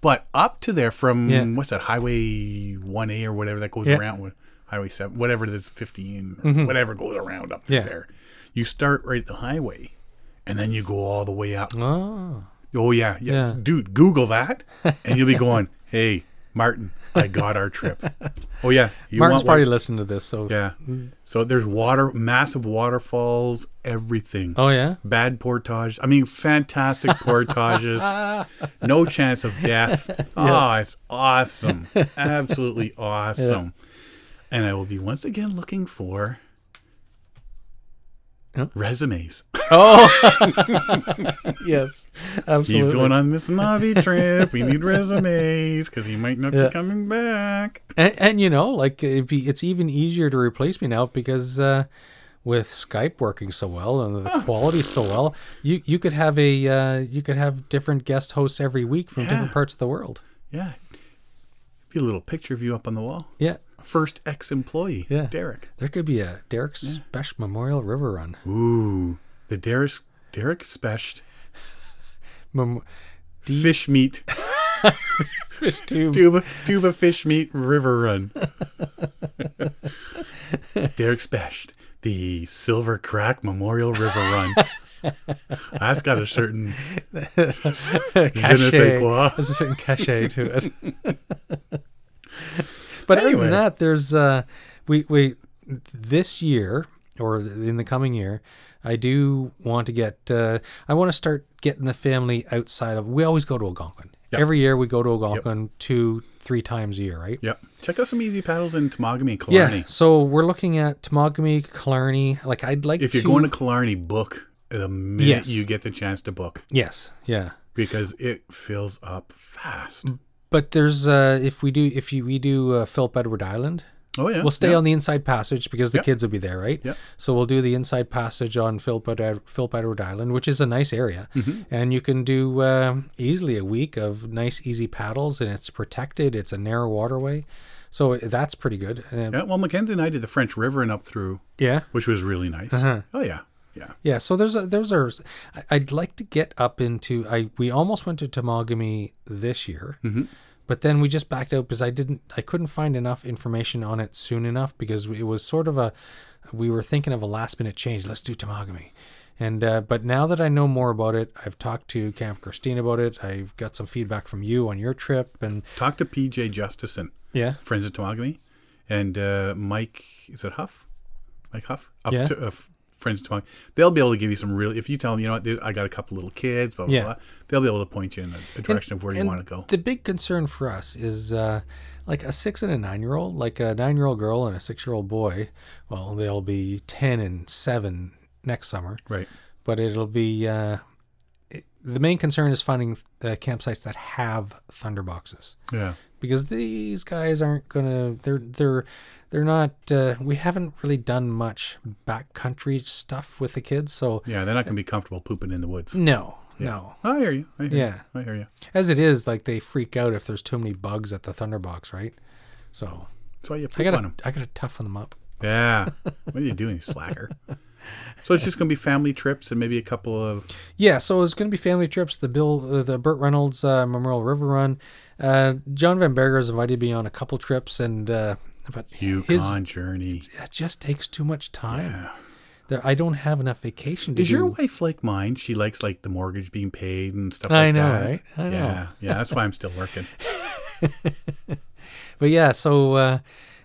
But up to there from Yeah. what's that Highway One A or whatever that goes Yeah. Mm-hmm. around with Highway Seven, whatever that's fifteen, or whatever goes around up to Yeah. there. You start right at the highway, and then you go all the way up. did. Oh. Oh yeah, yeah, Yeah. dude. Google that, and you'll be going, "Hey, Martin, I got our trip." oh yeah, you Martin's one- probably listened to this, so yeah. So there's water, massive waterfalls, everything. Oh yeah? Bad portage. I mean, fantastic portages. no chance of death. Oh, it's awesome. Absolutely awesome. And I will be once again looking for Huh? resumes. Oh Yes. Absolutely. He's going on this Navi trip. We need resumes because he might not Yeah. be coming back. and, and you know, like it'd be, it's even easier to replace me now because uh, with Skype working so well and the quality so well, you, you could have a uh, you could have different guest hosts every week from different Yeah. parts of the world. Yeah. Be a little picture of you up on the wall. Yeah. First ex employee, Yeah. Derek. There could be a Derek Spesh Memorial River Run. Ooh, the Derek Derek Specht Mem- fish meat Fish tube. Tuba, tuba fish meat river run. Derek Specht, the Silver Crack Memorial River Run. That's got a certain je ne sais cachet. quoi. There's a certain cachet to it. but other Anyway. than that, there's uh, we we this year or in the coming year, I do want to get. Uh, I want to start getting the family outside of. We always go to Algonquin. Yep. Every year we go to Algonquin two, three times a year, right? Yep. Check out some easy paddles in Tamagami, Yeah. Killarney. So we're looking at Tamagami, Killarney. Like I'd like If you're to, going to Killarney, book the minute Yes. you get the chance to book Yes. Yeah. because it fills up fast. Mm. But there's uh, if we do if you, we do uh, Philip Edward Island, Oh yeah. We'll stay yeah. on the inside passage because the Yep. kids will be there, right? Yep. So we'll do the inside passage on Philip Edward, Philip Edward Island, which is a nice area, Mm-hmm. and you can do uh, easily a week of nice, easy paddles, and it's protected. It's a narrow waterway, so that's pretty good. And Yeah, well, Mackenzie and I did the French River and up through, yeah, which was really nice. Uh-huh. Oh yeah, yeah. yeah. So there's a there's a I- I'd like to get up into I we almost went to Tamagami this year. But then we just backed out because I didn't, I couldn't find enough information on it soon enough because it was sort of a, we were thinking of a last minute change. Let's do Tamagami, and uh, but now that I know more about it, I've talked to Camp Christine about it. I've got some feedback from you on your trip, and Talk to PJ Justison, yeah, friends of Tamagami, and uh, Mike. Is it Huff? Mike Huff. Up Yeah. to, uh, f- friends of Tamagami. They'll be able to give you some real. If you tell them, you know what, there- I got a couple little kids, blah blah Yeah. blah. They'll be able to point you in a, a direction of where you want to go. The big concern for us is uh, like a six and a nine year old, like a nine year old girl and a six year old boy. Well, they'll be ten and seven next summer. right. but it'll be uh, it, the main concern is finding uh, campsites that have thunder boxes Yeah. because these guys aren't gonna they're they're they're not uh, we haven't really done much backcountry stuff with the kids so Yeah. They're not going to be comfortable pooping in the woods. no no Oh, I hear you. I hear Yeah. You. I hear you. as it is like they freak out if there's too many bugs at the thunder box right so That's why you i poop on gotta them. i gotta toughen them up Yeah. what are you doing, you slacker? So it's just going to be family trips and maybe a couple of Yeah, so it's going to be family trips. The Bill, uh, the Burt Reynolds uh, Memorial River Run. Uh, John Van Berger has invited me on a couple trips, and uh, but his Yukon journey. it just takes too much time. There, I don't have enough vacation. To Is your do. wife like mine? She likes like the mortgage being paid and stuff I like know, that. right? I know. Yeah, yeah. That's why I'm still working. But yeah, so uh,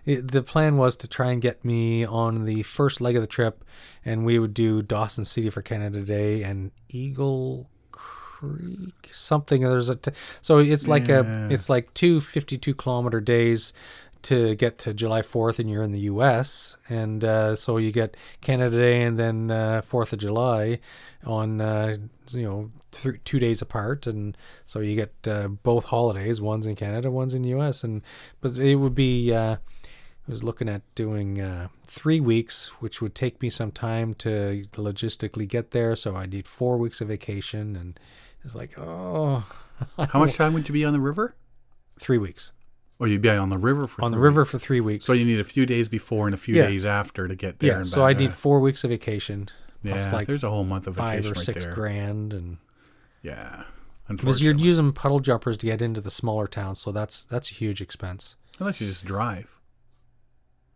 it, the plan was to try and get me on the first leg of the trip, and we would do Dawson City for Canada Day and Eagle Creek something. There's a t- so it's like Yeah. a it's like two 52 kilometer days to get to July 4th, and you're in the U.S. and uh, so you get Canada Day and then uh, 4th of July on uh, you know th- two days apart, and so you get uh, both holidays. One's in Canada, one's in U.S. and but it would be. Uh, I was looking at doing uh, three weeks, which would take me some time to logistically get there. So I need four weeks of vacation, and it's like, oh, How much time would you be on the river? three weeks Or you'd be on the river for on the three river weeks. for three weeks. So you need a few days before and a few Yeah. days after to get there. yeah. and So I back. need four weeks of vacation Yeah, plus like there's a whole month of five vacation or right six there. grand, and Yeah, because you're unfortunately, using puddle jumpers to get into the smaller towns, so that's that's a huge expense. unless you just drive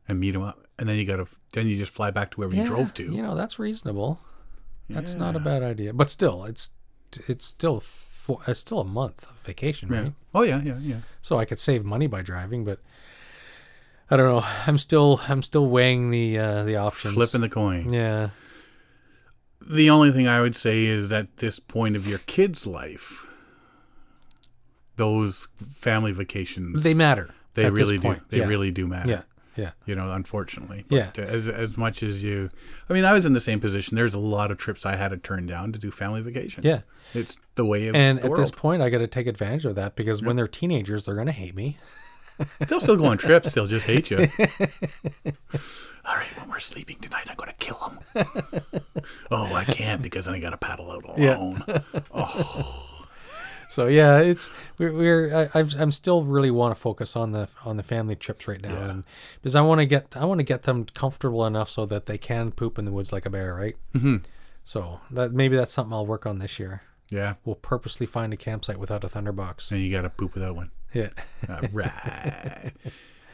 and meet them up, and then you gotta then you just fly back to wherever you drove to. You know that's reasonable. That's not a Yeah. bad idea, but still, it's it's still four, it's still a month of vacation, Yeah. right? Oh yeah, yeah, yeah. so I could save money by driving, but I don't know. I'm still I'm still weighing the uh, the options. Flipping the coin. Yeah. The only thing I would say is at this point of your kid's life, those family vacations They matter. They at this really do. point. They Yeah. really do matter. Yeah. Yeah. You know, unfortunately. Yeah. But uh, as as much as you, I mean, I was in the same position. There's a lot of trips I had to turn down to do family vacation. Yeah. It's the way of And the at world. this point I gotta take advantage of that because when they're teenagers they're gonna hate me. They'll still go on trips. They'll just hate you. All right, when we're sleeping tonight, I'm going to kill them. oh, I can't because then I got to paddle out Yeah. alone. So yeah, it's we're, we're I, I'm I'm still really want to focus on the on the family trips right now, and because I want to get I want to get them comfortable enough so that they can poop in the woods like a bear, right? Mm-hmm. So that maybe that's something I'll work on this year. Yeah. We'll purposely find a campsite without a thunderbox. And you got to poop without one. Yeah. All right.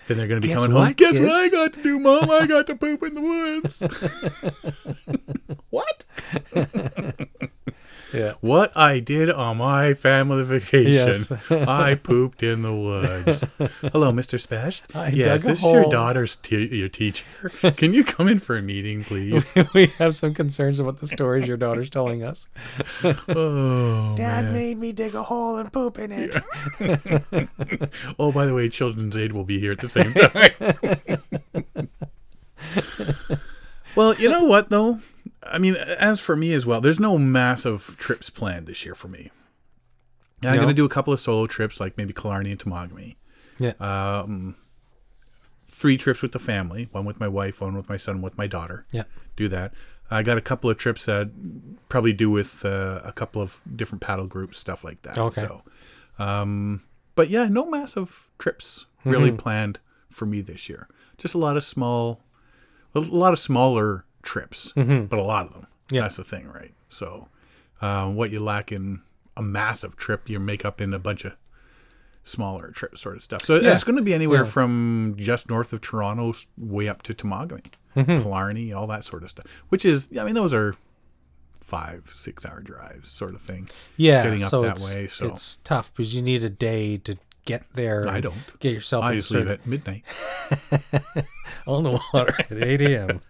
then they're going to be Guess coming home. what, Guess what I kids?" got to do, Mom? I got to poop in the woods. what? Yeah. What I did on my family vacation. Yes. I pooped in the woods. Hello, Mr. Spesh. I yes, dug a this is your hole. daughter's te- your teacher. Can you come in for a meeting, please? we have some concerns about the stories your daughter's telling us. Oh, man. made me dig a hole and poop in it. Oh, by the way, Children's Aid will be here at the same time. well, you know what though? I mean, as for me as well, there's no massive trips planned this year for me. I'm No? going to do a couple of solo trips, like maybe Killarney and Tomogamy. Yeah. Um, three trips with the family: one with my wife, one with my son, one with my daughter. Yeah. Do that. I got a couple of trips that probably do with uh, a couple of different paddle groups, stuff like that. Okay. So, um, but yeah, no massive trips really Mm-hmm. planned for me this year. Just a lot of small, a lot of smaller trips, but a lot of them. Mm-hmm. Yeah. That's the thing, right? So, uh, what you lack in a massive trip, you make up in a bunch of smaller trip sort of stuff. So Yeah. it's going to be anywhere Yeah. from just north of Toronto s- way up to Tamagami, Mm-hmm. Killarney, all that sort of stuff. Which is, I mean, those are five, six hour drives sort of thing. Yeah. Getting up so that it's, way, so- it's tough because you need a day to get there. I and don't. Get yourself I in just leave certain- at midnight. on the water at 8 a.m.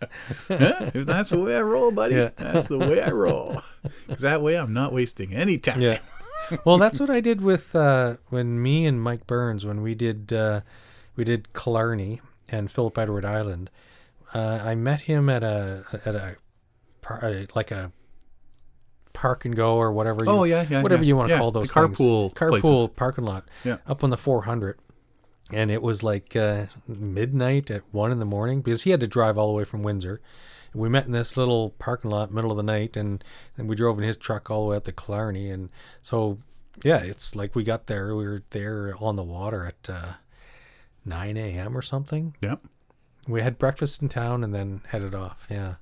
Huh? If that's the way I roll, buddy. Yeah. That's the way I roll. Because that way I'm not wasting any time. Yeah. Well, that's what I did with uh, when me and Mike Burns when we did uh, we did Killarney and Philip Edward Island. Uh, I met him at a at a par- uh, like a park and go or whatever. You, Oh, yeah, yeah, whatever yeah. you want to Yeah, call the those carpool things. carpool places. parking lot. Yeah. up on the four hundred. And it was like uh, midnight at one in the morning because he had to drive all the way from Windsor. We met in this little parking lot, middle of the night, and then we drove in his truck all the way out to Killarney. And so, yeah, it's like we got there. We were there on the water at uh, 9 a.m. or something. Yeah. We had breakfast in town and then headed off. Yeah.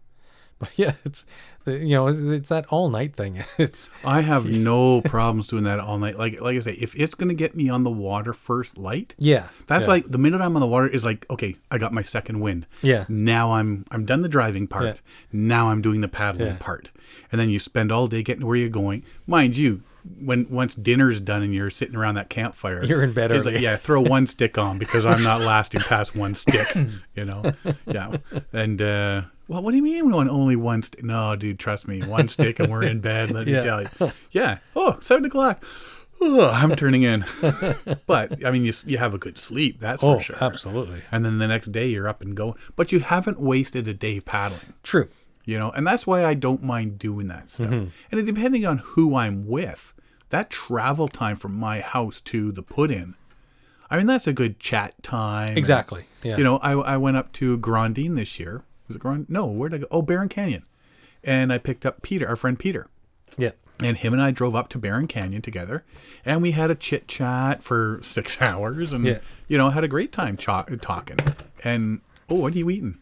But yeah, it's, the, you know, it's, it's that all night thing. It's, I have no problems doing that all night. Like like I say, if it's going to get me on the water first light, yeah. That's yeah, like the minute I'm on the water is like, okay, I got my second wind. Yeah. Now I'm I'm done the driving part. Yeah. Now I'm doing the paddling Yeah. part. And then you spend all day getting to where you're going. Mind you, when once dinner's done and you're sitting around that campfire, You're in bed It's early. like, yeah, throw one stick on because I'm not lasting past one stick. You know, yeah. And uh, well, what do you mean when only one stick? No, dude, trust me, one stick and we're in bed. Let Yeah. me tell you. Yeah. Oh, seven o'clock. Ugh, I'm turning in. but I mean, you s- you have a good sleep. That's Oh, for sure. absolutely. And then the next day you're up and going, but you haven't wasted a day paddling. True. You know, and that's why I don't mind doing that stuff. Mm-hmm. And it, depending on who I'm with, that travel time from my house to the put in, I mean, that's a good chat time. and- Exactly. Yeah. you know, I, I went up to Grandine this year. Was it Grand? No, where'd I go? Oh, Barron Canyon. And I picked up Peter, our friend Peter. yeah. And him and I drove up to Barron Canyon together, and we had a chit chat for six hours, and Yeah. you know had a great time cho- talking. And oh, what are you eating?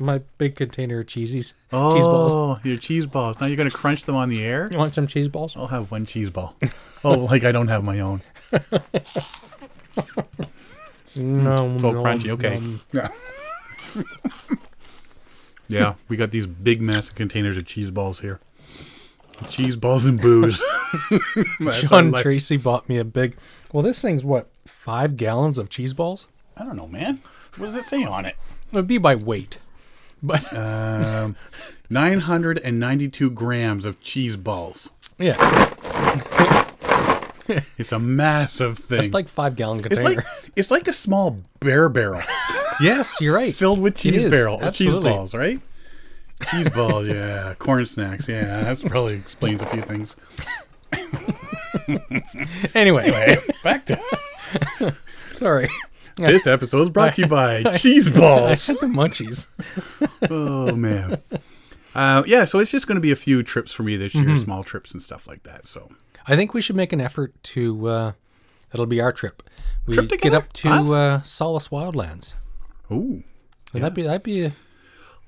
my big container of cheesies. Oh, Cheese balls. your cheese balls. Now you're gonna crunch them on the air. You want some cheese balls? I'll have one cheese ball. Oh, like I don't have my own. No, Mm, It's all crunchy. Okay. Yeah. yeah, we got these big massive containers of cheese balls here. Cheese balls and booze. That's our John life- Tracy bought me a big. Well, this thing's what five gallons of cheese balls? I don't know, man. What does it say on it? It would be by weight, but Um, 992 grams of cheese balls. yeah, It's a massive thing. it's like five gallon it's container. like it's like a small bear barrel yes, you're right. filled with cheese is, barrel or cheese absolutely. balls, right? Cheese balls, yeah. Corn snacks, yeah. That probably explains a few things. Anyway, Anyway, back to sorry. this episode is brought to you by cheese balls. the munchies. Oh man. Uh, yeah, so it's just going to be a few trips for me this Mm-hmm. year, small trips and stuff like that. So I think we should make an effort to. uh It'll be our trip. We Trip get together? up to Us? uh Solace Wildlands. ooh. Would that be that be?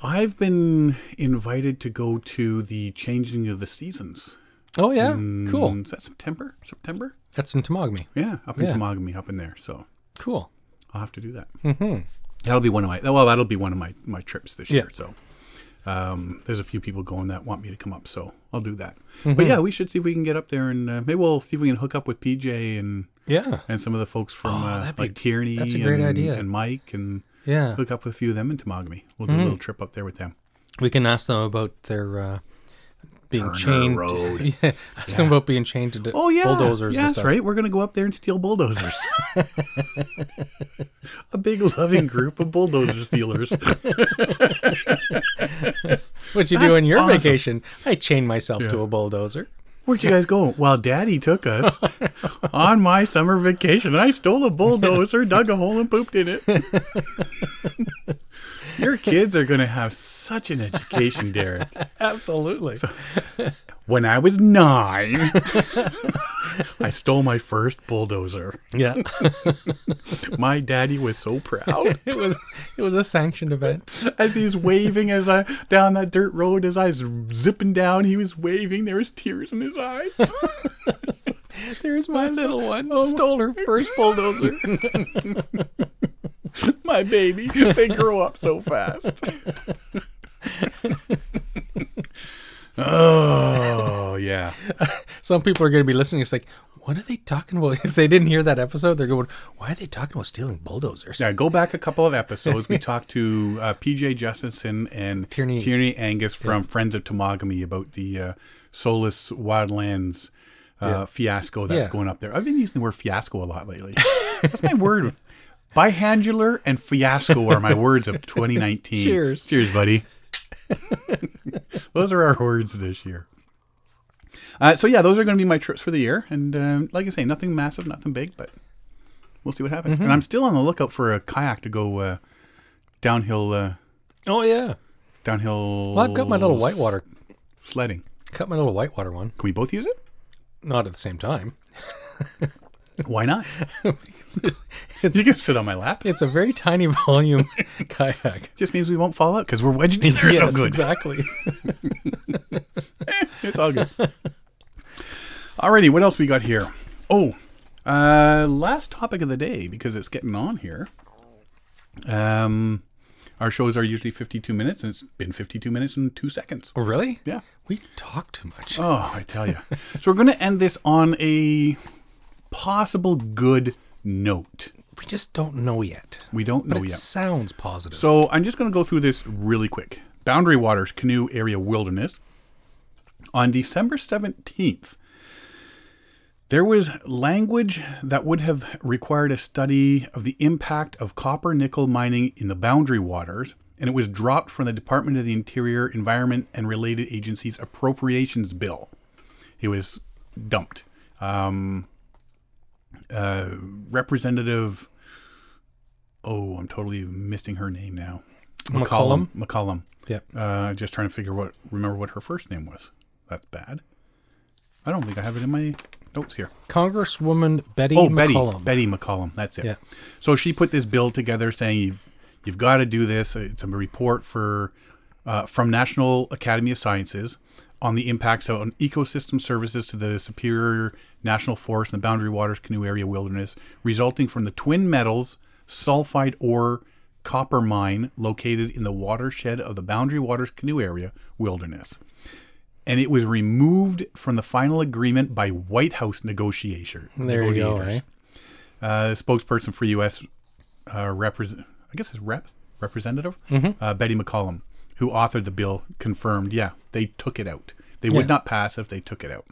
I've been invited to go to the changing of the seasons. Oh yeah, Mm, cool. Is that September? September? That's in Tamagami. Yeah, up in Yeah. Tamagami, up in there. So Cool. I'll have to do that. Mm-hmm. That'll be one of my well, that'll be one of my my trips this Yeah. year. So um, there's a few people going that want me to come up, so I'll do that. But Mm-hmm. yeah, we should see if we can get up there and uh, maybe we'll see if we can hook up with PJ and Yeah. and some of the folks from Oh, uh, that'd be- like Tierney. that's a great and, idea. And Mike and Yeah. Mm. hook up with a few of them in Tamagami. We'll do a little trip up there with them. We can ask them about their uh, being Turner chained. Road. yeah. Ask them about being chained to d- Oh yeah, bulldozers Yeah, and that's stuff. right. We're gonna go up there and steal bulldozers. a big loving group of bulldozer stealers. What you do That's on your awesome. vacation? I chain myself to a bulldozer. Where'd you guys go? Well, Daddy took us on my summer vacation. I stole a bulldozer, dug a hole, and pooped in it. Your kids are gonna have such an education, Derek. Absolutely. When I was nine, I stole my first bulldozer. yeah. My daddy was so proud it was it was a sanctioned event. as he's waving as I down that dirt road as I was zipping down. He was waving. There was tears in his eyes. There's my little one. Stole her first bulldozer. my baby. They grow up so fast. oh yeah. Some people are going to be listening. It's like, what are they talking about? If they didn't hear that episode, they're going, why are they talking about stealing bulldozers? Now go back a couple of episodes. We talked to uh, PJ Justison and Tierney. Angus from Friends of Tamagami about the uh, Solus Wildlands uh, fiasco that's Yeah. going up there. I've been using the word fiasco a lot lately. That's my word. Bihangular and fiasco are my words of 2019. Cheers. Cheers, buddy. those are our words this year. Uh, so yeah, those are going to be my trips for the year, and um, like I say, nothing massive, nothing big, but we'll see what happens. Mm-hmm. And I'm still on the lookout for a kayak to go uh, downhill. Uh, Oh yeah. downhill. Well, I've got my little whitewater. sledding. Cut my little whitewater one. Can we both use it? Not at the same time. Why not? It's You can sit on my lap. It it's a very tiny volume kayak. just means we won't fall out because we're wedged together so good. exactly. It's all good. Alrighty, what else we got here? Oh, uh, last topic of the day because it's getting on here. Um, our shows are usually 52 minutes, and it's been 52 minutes and two seconds. Oh, really? Yeah. We talk too much. Oh, I tell you. so we're going to end this on a possible good note. We just don't know yet. We don't know But it yet. sounds positive. So I'm just going to go through this really quick. Boundary Waters Canoe Area Wilderness. On December 17th, there was language that would have required a study of the impact of copper nickel mining in the boundary waters, and it was dropped from the Department of the Interior Environment and Related Agencies Appropriations Bill. It was dumped. Um, uh, Representative oh, I'm totally missing her name now. McCollum? McCollum. Yep. Uh, just trying to figure what remember what her first name was. That's bad. I don't think I have it in my notes here. Congresswoman Betty Oh, McCollum. Betty. Betty McCollum. That's it. Yeah. So she put this bill together saying you've you've got to do this. It's a report for uh, from National Academy of Sciences on the impacts on ecosystem services to the Superior National Forest and the Boundary Waters Canoe Area Wilderness resulting from the twin metals sulfide ore copper mine located in the watershed of the Boundary Waters Canoe Area Wilderness and it was removed from the final agreement by White House negotiator. There you go, negotiators. Uh, spokesperson for U.S. Uh, represent, I guess it's rep representative uh, Betty McCollum, who authored the bill, confirmed. Yeah, they took it out. They Yeah. would not pass if they took it out.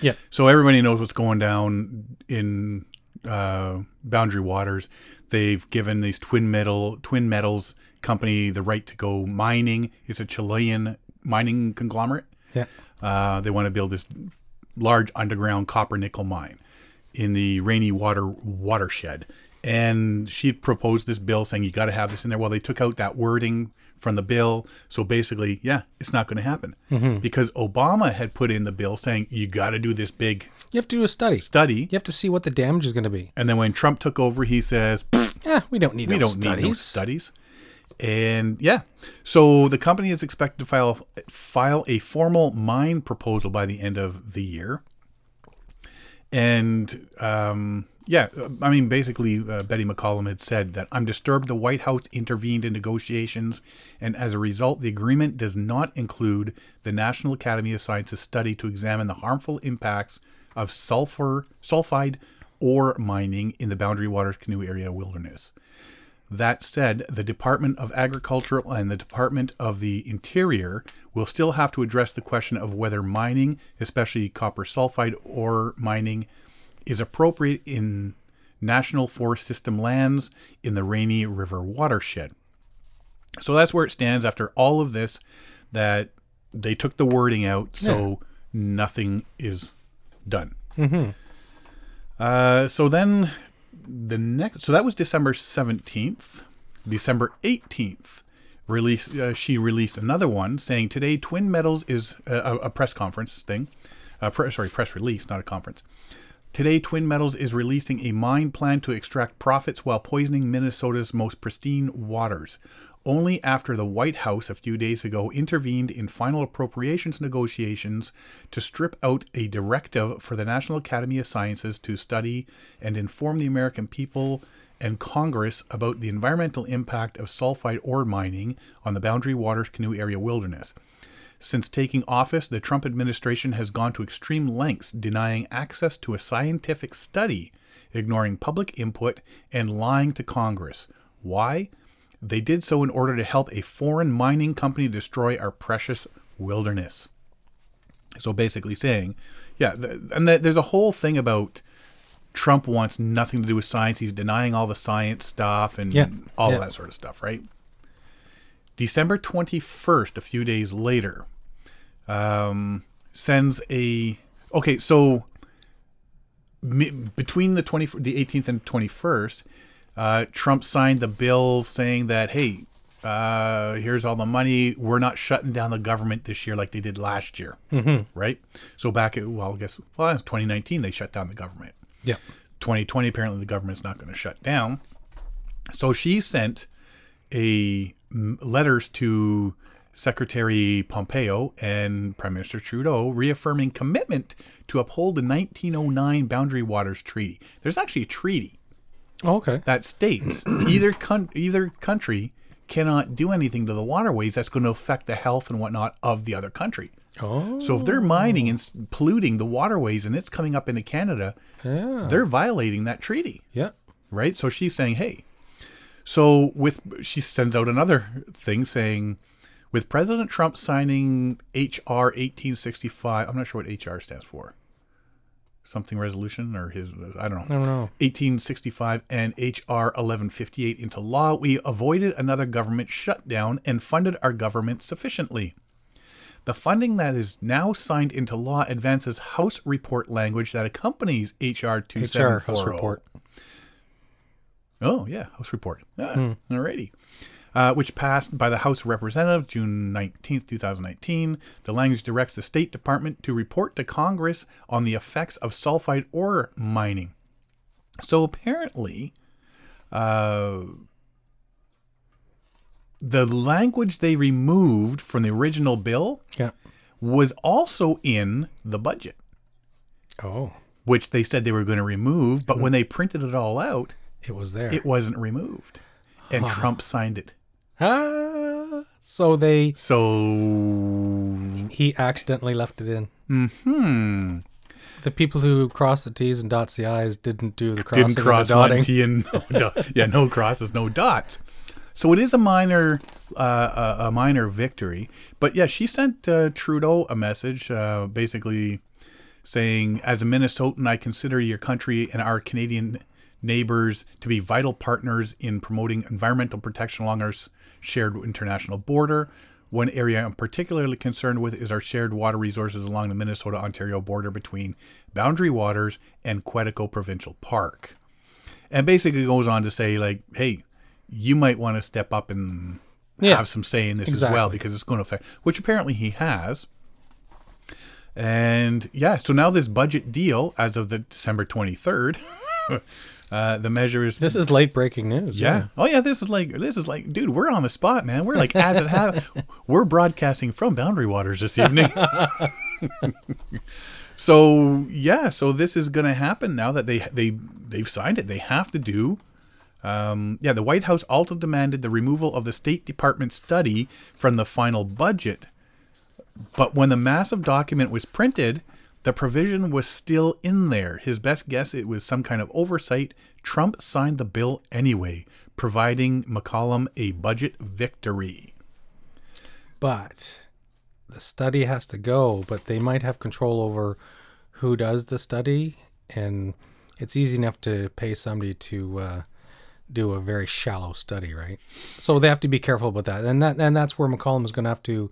Yeah. So everybody knows what's going down in uh, Boundary Waters. They've given these twin metal twin metals company the right to go mining. It's a Chilean mining conglomerate. Yeah. Uh, they want to build this large underground copper nickel mine in the Rainy Water watershed. And she proposed this bill saying you got to have this in there. Well, they took out that wording from the bill. So basically, yeah, it's not going to happen because Obama had put in the bill saying you got to do this big You have to do a study. study. You have to see what the damage is going to be. And then when Trump took over, he says, Yeah, we don't need we no don't studies. need no studies. And yeah, so the company is expected to file file a formal mine proposal by the end of the year. And um, yeah, I mean, basically, uh, Betty McCollum had said that I'm disturbed the White House intervened in negotiations, and as a result, the agreement does not include the National Academy of Sciences study to examine the harmful impacts of sulfur sulfide ore mining in the Boundary Waters Canoe Area wilderness. That said, the Department of Agriculture and the Department of the Interior will still have to address the question of whether mining, especially copper sulfide ore mining, is appropriate in National Forest System lands in the Rainy River watershed. So that's where it stands after all of this that they took the wording out, so nothing is done. Uh, so then the next so that was december 17th december 18th release uh, she released another one saying today twin metals is uh, a, a press conference thing uh, pre- sorry press release not a conference today twin metals is releasing a mine plan to extract profits while poisoning minnesota's most pristine waters only after the White House a few days ago intervened in final appropriations negotiations to strip out a directive for the National Academy of Sciences to study and inform the American people and Congress about the environmental impact of sulfide ore mining on the Boundary Waters Canoe Area Wilderness. Since taking office, the Trump administration has gone to extreme lengths denying access to a scientific study, ignoring public input, and lying to Congress. Why? They did so in order to help a foreign mining company destroy our precious wilderness. So basically saying, yeah, th- and th- there's a whole thing about Trump wants nothing to do with science. He's denying all the science stuff and Yeah, all yeah. that sort of stuff, right? December 21st, a few days later, um, sends a. Okay, so mi- between the 20, the 18th and 21st, uh, Trump signed the bill saying that, hey, uh, here's all the money. We're not shutting down the government this year like they did last year. Right? So back at, well, I guess, well, that was 2019, they shut down the government. Yeah. 2020, apparently the government's not going to shut down. So she sent a m- letters to Secretary Pompeo and Prime Minister Trudeau reaffirming commitment to uphold the 1909 Boundary Waters Treaty. There's actually a treaty Oh, okay. that states either con- either country cannot do anything to the waterways that's going to affect the health and whatnot of the other country. Oh, So if they're mining and s- polluting the waterways and it's coming up into Canada, yeah. they're violating that treaty Yeah. right? So she's saying, "Hey." So with she sends out another thing saying, with President Trump signing HR 1865, I'm not sure what HR stands for. Something resolution or his I don't know. I don't know. 1865 and HR 1158 into law, we avoided another government shutdown and funded our government sufficiently. The funding that is now signed into law advances House report language that accompanies HR 2740. HR House report. Oh yeah, House report. Ah, Alrighty. Uh, which passed by the House of Representatives June 19, 2019. The language directs the State Department to report to Congress on the effects of sulfide ore mining. So apparently, uh, the language they removed from the original bill Yeah. was also in the budget, Oh, which they said they were going to remove, but when they printed it all out, it was there. it wasn't removed and trump signed it ah, so they so he accidentally left it in. hmm The people who cross the T's and dots the I's didn't do the crossing didn't cross and the dotting. one t and no dot. yeah no crosses no dots so it is a minor uh, a, a minor victory but yeah she sent uh, trudeau a message uh, basically saying, As a Minnesotan, I consider your country and our Canadian neighbors to be vital partners in promoting environmental protection along our s- shared international border. One area I'm particularly concerned with is our shared water resources along the Minnesota Ontario border between Boundary Waters and Quetico Provincial Park. And basically goes on to say, like, hey, you might want to step up and Yeah. have some say in this as well Exactly. because it's going to affect, which apparently he has. And yeah, so now this budget deal, as of the December 23rd, uh, the measure is. This is late breaking news. yeah. Oh yeah, this is like this is like, dude, we're on the spot, man. We're like as it happens, we're broadcasting from Boundary Waters this evening. So yeah, so this is going to happen now that they they they've signed it. They have to do. Um, yeah, the White House also demanded the removal of the State Department study from the final budget. But when the massive document was printed, the provision was still in there. His best guess it was some kind of oversight. Trump signed the bill anyway, providing McCollum a budget victory. But the study has to go, but they might have control over who does the study. And it's easy enough to pay somebody to uh, do a very shallow study, right? So they have to be careful about that. And, that, and that's where McCollum is going to have to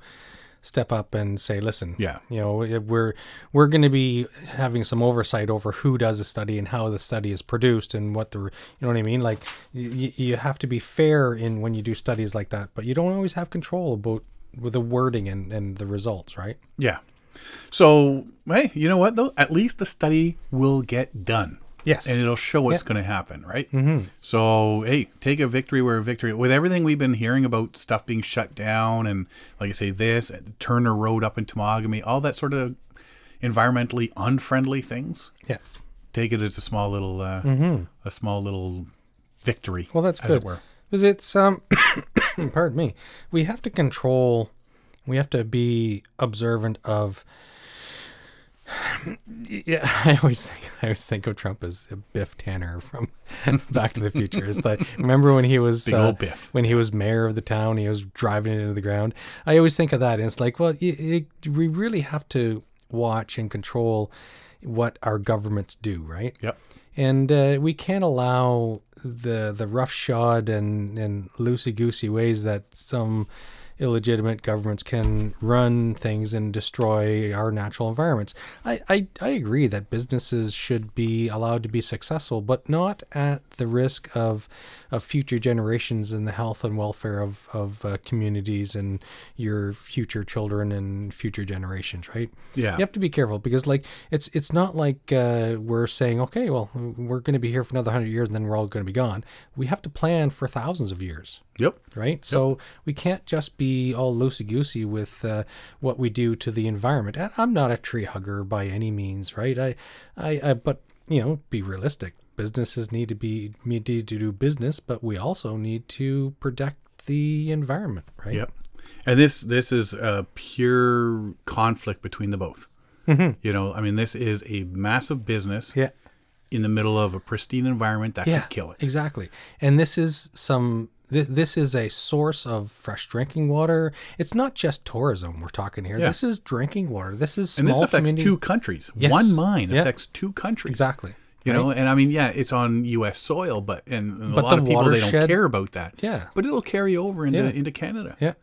step up and say, listen, Yeah. you know, we're, we're going to be having some oversight over who does the study and how the study is produced and what the, you know what I mean? Like you, you have to be fair in when you do studies like that, but you don't always have control about with the wording and, and the results, right? Yeah. So hey, you know what though? At least the study will get done. Yes. and it'll show what's going to happen, right? Mm-hmm. So, hey, take a victory where a victory. With everything we've been hearing about stuff being shut down, and like I say, this uh, Turner Road up in Tomogamy, all that sort of environmentally unfriendly things, yeah. take it as a small little, uh, a small little victory. Mm-hmm. Well, that's as good. it were. Because it's um, pardon me. We have to control. We have to be observant of. Yeah, I always think I always think of Trump as Biff Tanner from Back to the Future. It's like remember when he was Big uh, old Biff. when he was mayor of the town, he was driving it into the ground. I always think of that, and it's like, well, y y we really have to watch and control what our governments do, right? Yep. and uh, we can't allow the the roughshod and and loosey goosey ways that some illegitimate governments can run things and destroy our natural environments. I, I I agree that businesses should be allowed to be successful, but not at the risk of of future generations and the health and welfare of of uh, communities and your future children and future generations. Right? Yeah. You have to be careful because like it's it's not like uh, we're saying okay, well we're going to be here for another hundred years and then we're all going to be gone. We have to plan for thousands of years, Yep. right? So we can't just be all loosey goosey with uh, what we do to the environment. And I'm not a tree hugger by any means, right? I, I, I but you know, be realistic. Businesses need to be need to do business, but we also need to protect the environment, right? Yep. And this this is a pure conflict between the both. You know, I mean, this is a massive business Mm-hmm. Yeah. in the middle of a pristine environment that yeah, could kill it. Exactly. And this is some this, this is a source of fresh drinking water. It's not just tourism we're talking here. Yeah. This is drinking water. This is small and this affects community- two countries. Yes. One mine Yeah. affects two countries. Exactly. You know, and I mean, yeah, it's on U.S. soil, but and, and But a lot the of people they don't watershed- care about that. Yeah. but it'll carry over into Yeah. into Canada. Yeah.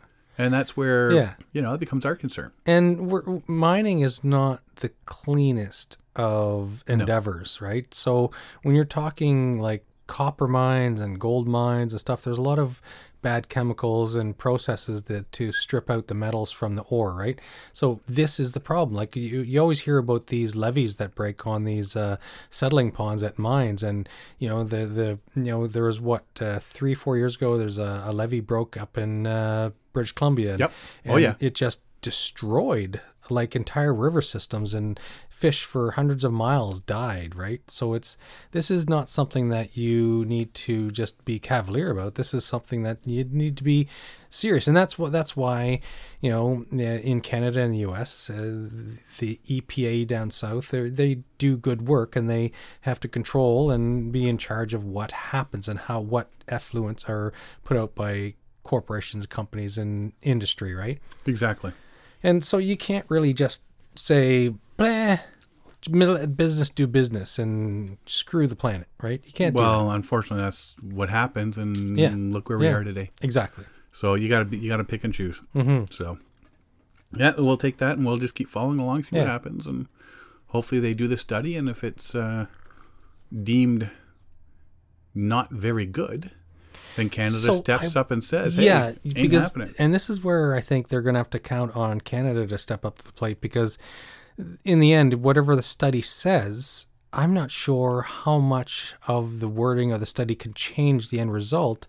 and that's where Yeah. you know that becomes our concern. And we're, mining is not the cleanest of endeavors, right? So when you're talking like copper mines and gold mines and stuff, there's a lot of bad chemicals and processes that to strip out the metals from the ore, right? So this is the problem. Like you, you always hear about these levees that break on these uh, settling ponds at mines, and you know the the you know there was what uh, three four years ago there's a, a levee broke up in uh, British Columbia. and- Yep. Oh, and yeah. it just destroyed like entire river systems and fish for hundreds of miles died right so it's this is not something that you need to just be cavalier about this is something that you need to be serious and that's what that's why you know uh, in canada and the us uh, the epa down south they're- they do good work and they have to control and be in charge of what happens and how what effluents are put out by corporations companies and industry right Exactly. and so you can't really just say, bleh, middle business do business and screw the planet, right? You can't do Well, unfortunately, that's what happens, and Yeah. look where we Yeah. are today. that. Exactly. So you gotta be, you gotta pick and choose. Mm-hmm. So yeah, we'll take that, and we'll just keep following along, see what Yeah. happens, and hopefully they do the study, and if it's uh, deemed not very good, then Canada So steps I- up and says, "Hey, yeah, ain't because happening." and this is where I think they're going to have to count on Canada to step up to the plate because in the end whatever the study says, I'm not sure how much of the wording of the study can change the end result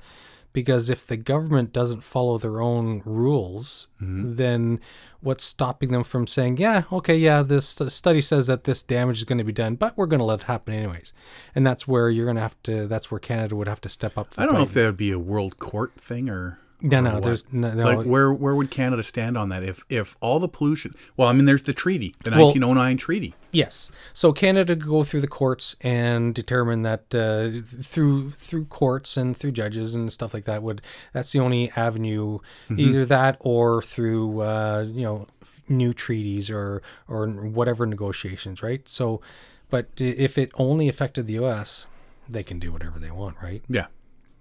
because if the government doesn't follow their own rules, Mm-hmm. then what's stopping them from saying, yeah, okay, yeah, this st- study says that this damage is going to be done, but we're going to let it happen anyways. And that's where you're going to have to, that's where Canada would have to step up. To the I don't know plate. if that would be a world court thing or No, or no, what. there's no, no like where where would Canada stand on that if if all the pollution? Well, I mean, there's the treaty, the Well- 1909 treaty. Yes. So Canada could go through the courts and determine that uh, th- through through courts and through judges and stuff like that would that's the only avenue, either that or through uh, you know f- new treaties or or whatever negotiations, right? So, but i- if it only affected the U.S., they can do whatever they want, right? Yeah,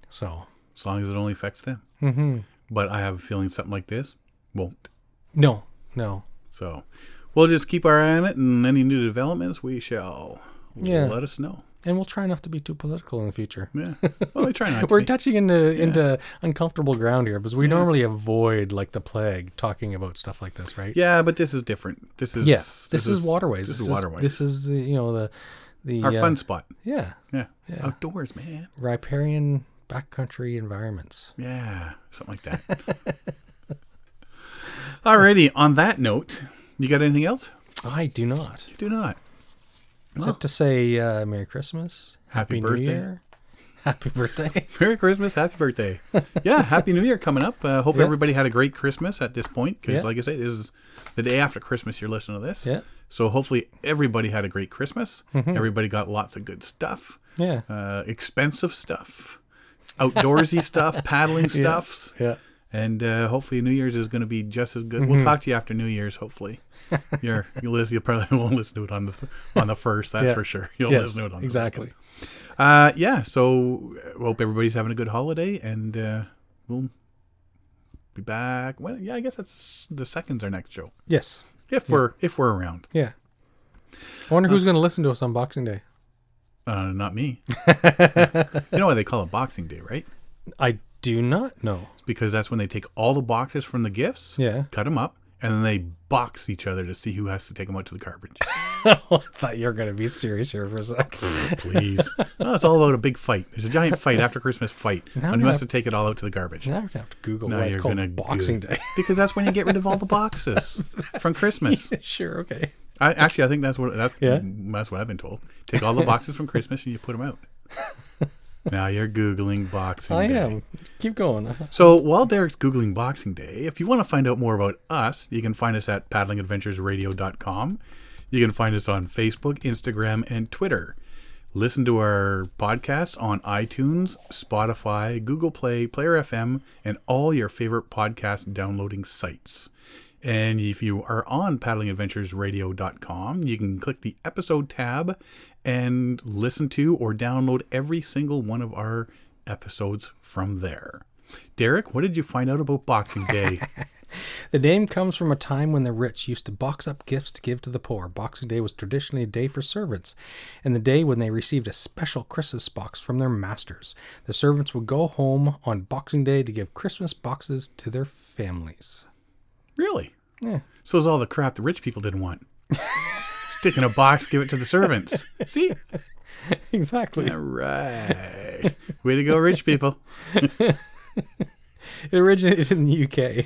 So as long as it only affects them. Mm-hmm. But I have a feeling something like this won't. no, no, So we'll just keep our eye on it, and any new developments we shall Yeah. let us know. and we'll try not to be too political in the future. Yeah. Well, I try not to. We're be. touching into into uncomfortable ground here because we normally avoid like the plague talking about stuff like this, right? yeah, but this is different. This is Yeah. This, is, waterways. This, is waterways. This is the you know the the our uh, fun spot. Yeah, Yeah. Outdoors, man. riparian backcountry environments. Yeah, something like that. Alrighty. On that note, you got anything else? I do not. Do not. Except to say uh, Merry Christmas, Happy birthday. New Year, Happy birthday. Merry Christmas, Happy Birthday. yeah, Happy New Year coming up. Uh, hope Yeah. everybody had a great Christmas at this point, because Yeah. like I say, this is the day after Christmas. You're listening to this, Yeah. So hopefully everybody had a great Christmas. Mm-hmm. Everybody got lots of good stuff, yeah, uh, expensive stuff, outdoorsy stuff, paddling stuffs, yeah. and uh, hopefully New Year's is going to be just as good. We'll Mm-hmm. talk to you after New Year's, hopefully. You're, you'll, listen- you probably won't listen to it on the on the first. That's Yeah. for sure. You'll Yes, listen to it on the second. exactly. Uh, yeah. So uh, hope everybody's having a good holiday, and uh, we'll be back. When, yeah, I guess that's the second's our next show, Yes. if we're if we're around. Yeah. I wonder who's going to listen to us on Boxing Day. Uh, not me. you know why they call it Boxing Day, right? I do not know. It's because that's when they take all the boxes from the gifts, Yeah. cut them up, and then they box each other to see who has to take them out to the garbage. I thought you were going to be serious here for a sec. Please, no, it's all about a big fight. There's a giant fight after Christmas fight Now on who I'm has to take it all out to the garbage. Now I have to Google Now why it's you're called gonna Boxing Goog- Day. because that's when you get rid of all the boxes from Christmas. sure, okay. I actually, I think that's what that's Yeah. that's what I've been told. Take all the boxes from Christmas and you put them out. now you're googling Boxing I Day. am. Keep going. Uh-huh. So while Derek's googling Boxing Day, if you want to find out more about us, you can find us at paddlingadventuresradio.com. You can find us on Facebook, Instagram, and Twitter. Listen to our podcasts on iTunes, Spotify, Google Play, Player FM, and all your favorite podcast downloading sites. And if you are on paddlingadventuresradio.com, you can click the episode tab and listen to or download every single one of our episodes from there. Derek, what did you find out about Boxing Day? The name comes from a time when the rich used to box up gifts to give to the poor. Boxing Day was traditionally a day for servants, and the day when they received a special Christmas box from their masters. The servants would go home on Boxing Day to give Christmas boxes to their families. really? Yeah. So it's all the crap the rich people didn't want. Stick in a box, give it to the servants. See? Exactly. All right. Way to go, rich people. It originated in the UK.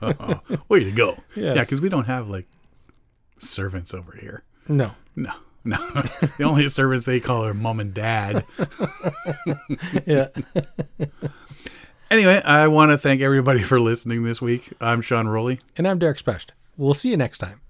Oh, Way to go. Yeah, Yes. because we don't have like servants over here. No. No, no. the only servants they call are mom and dad. Yeah. Anyway, I want to thank everybody for listening this week. I'm Sean Rowley. and I'm Derek Specht. We'll see you next time.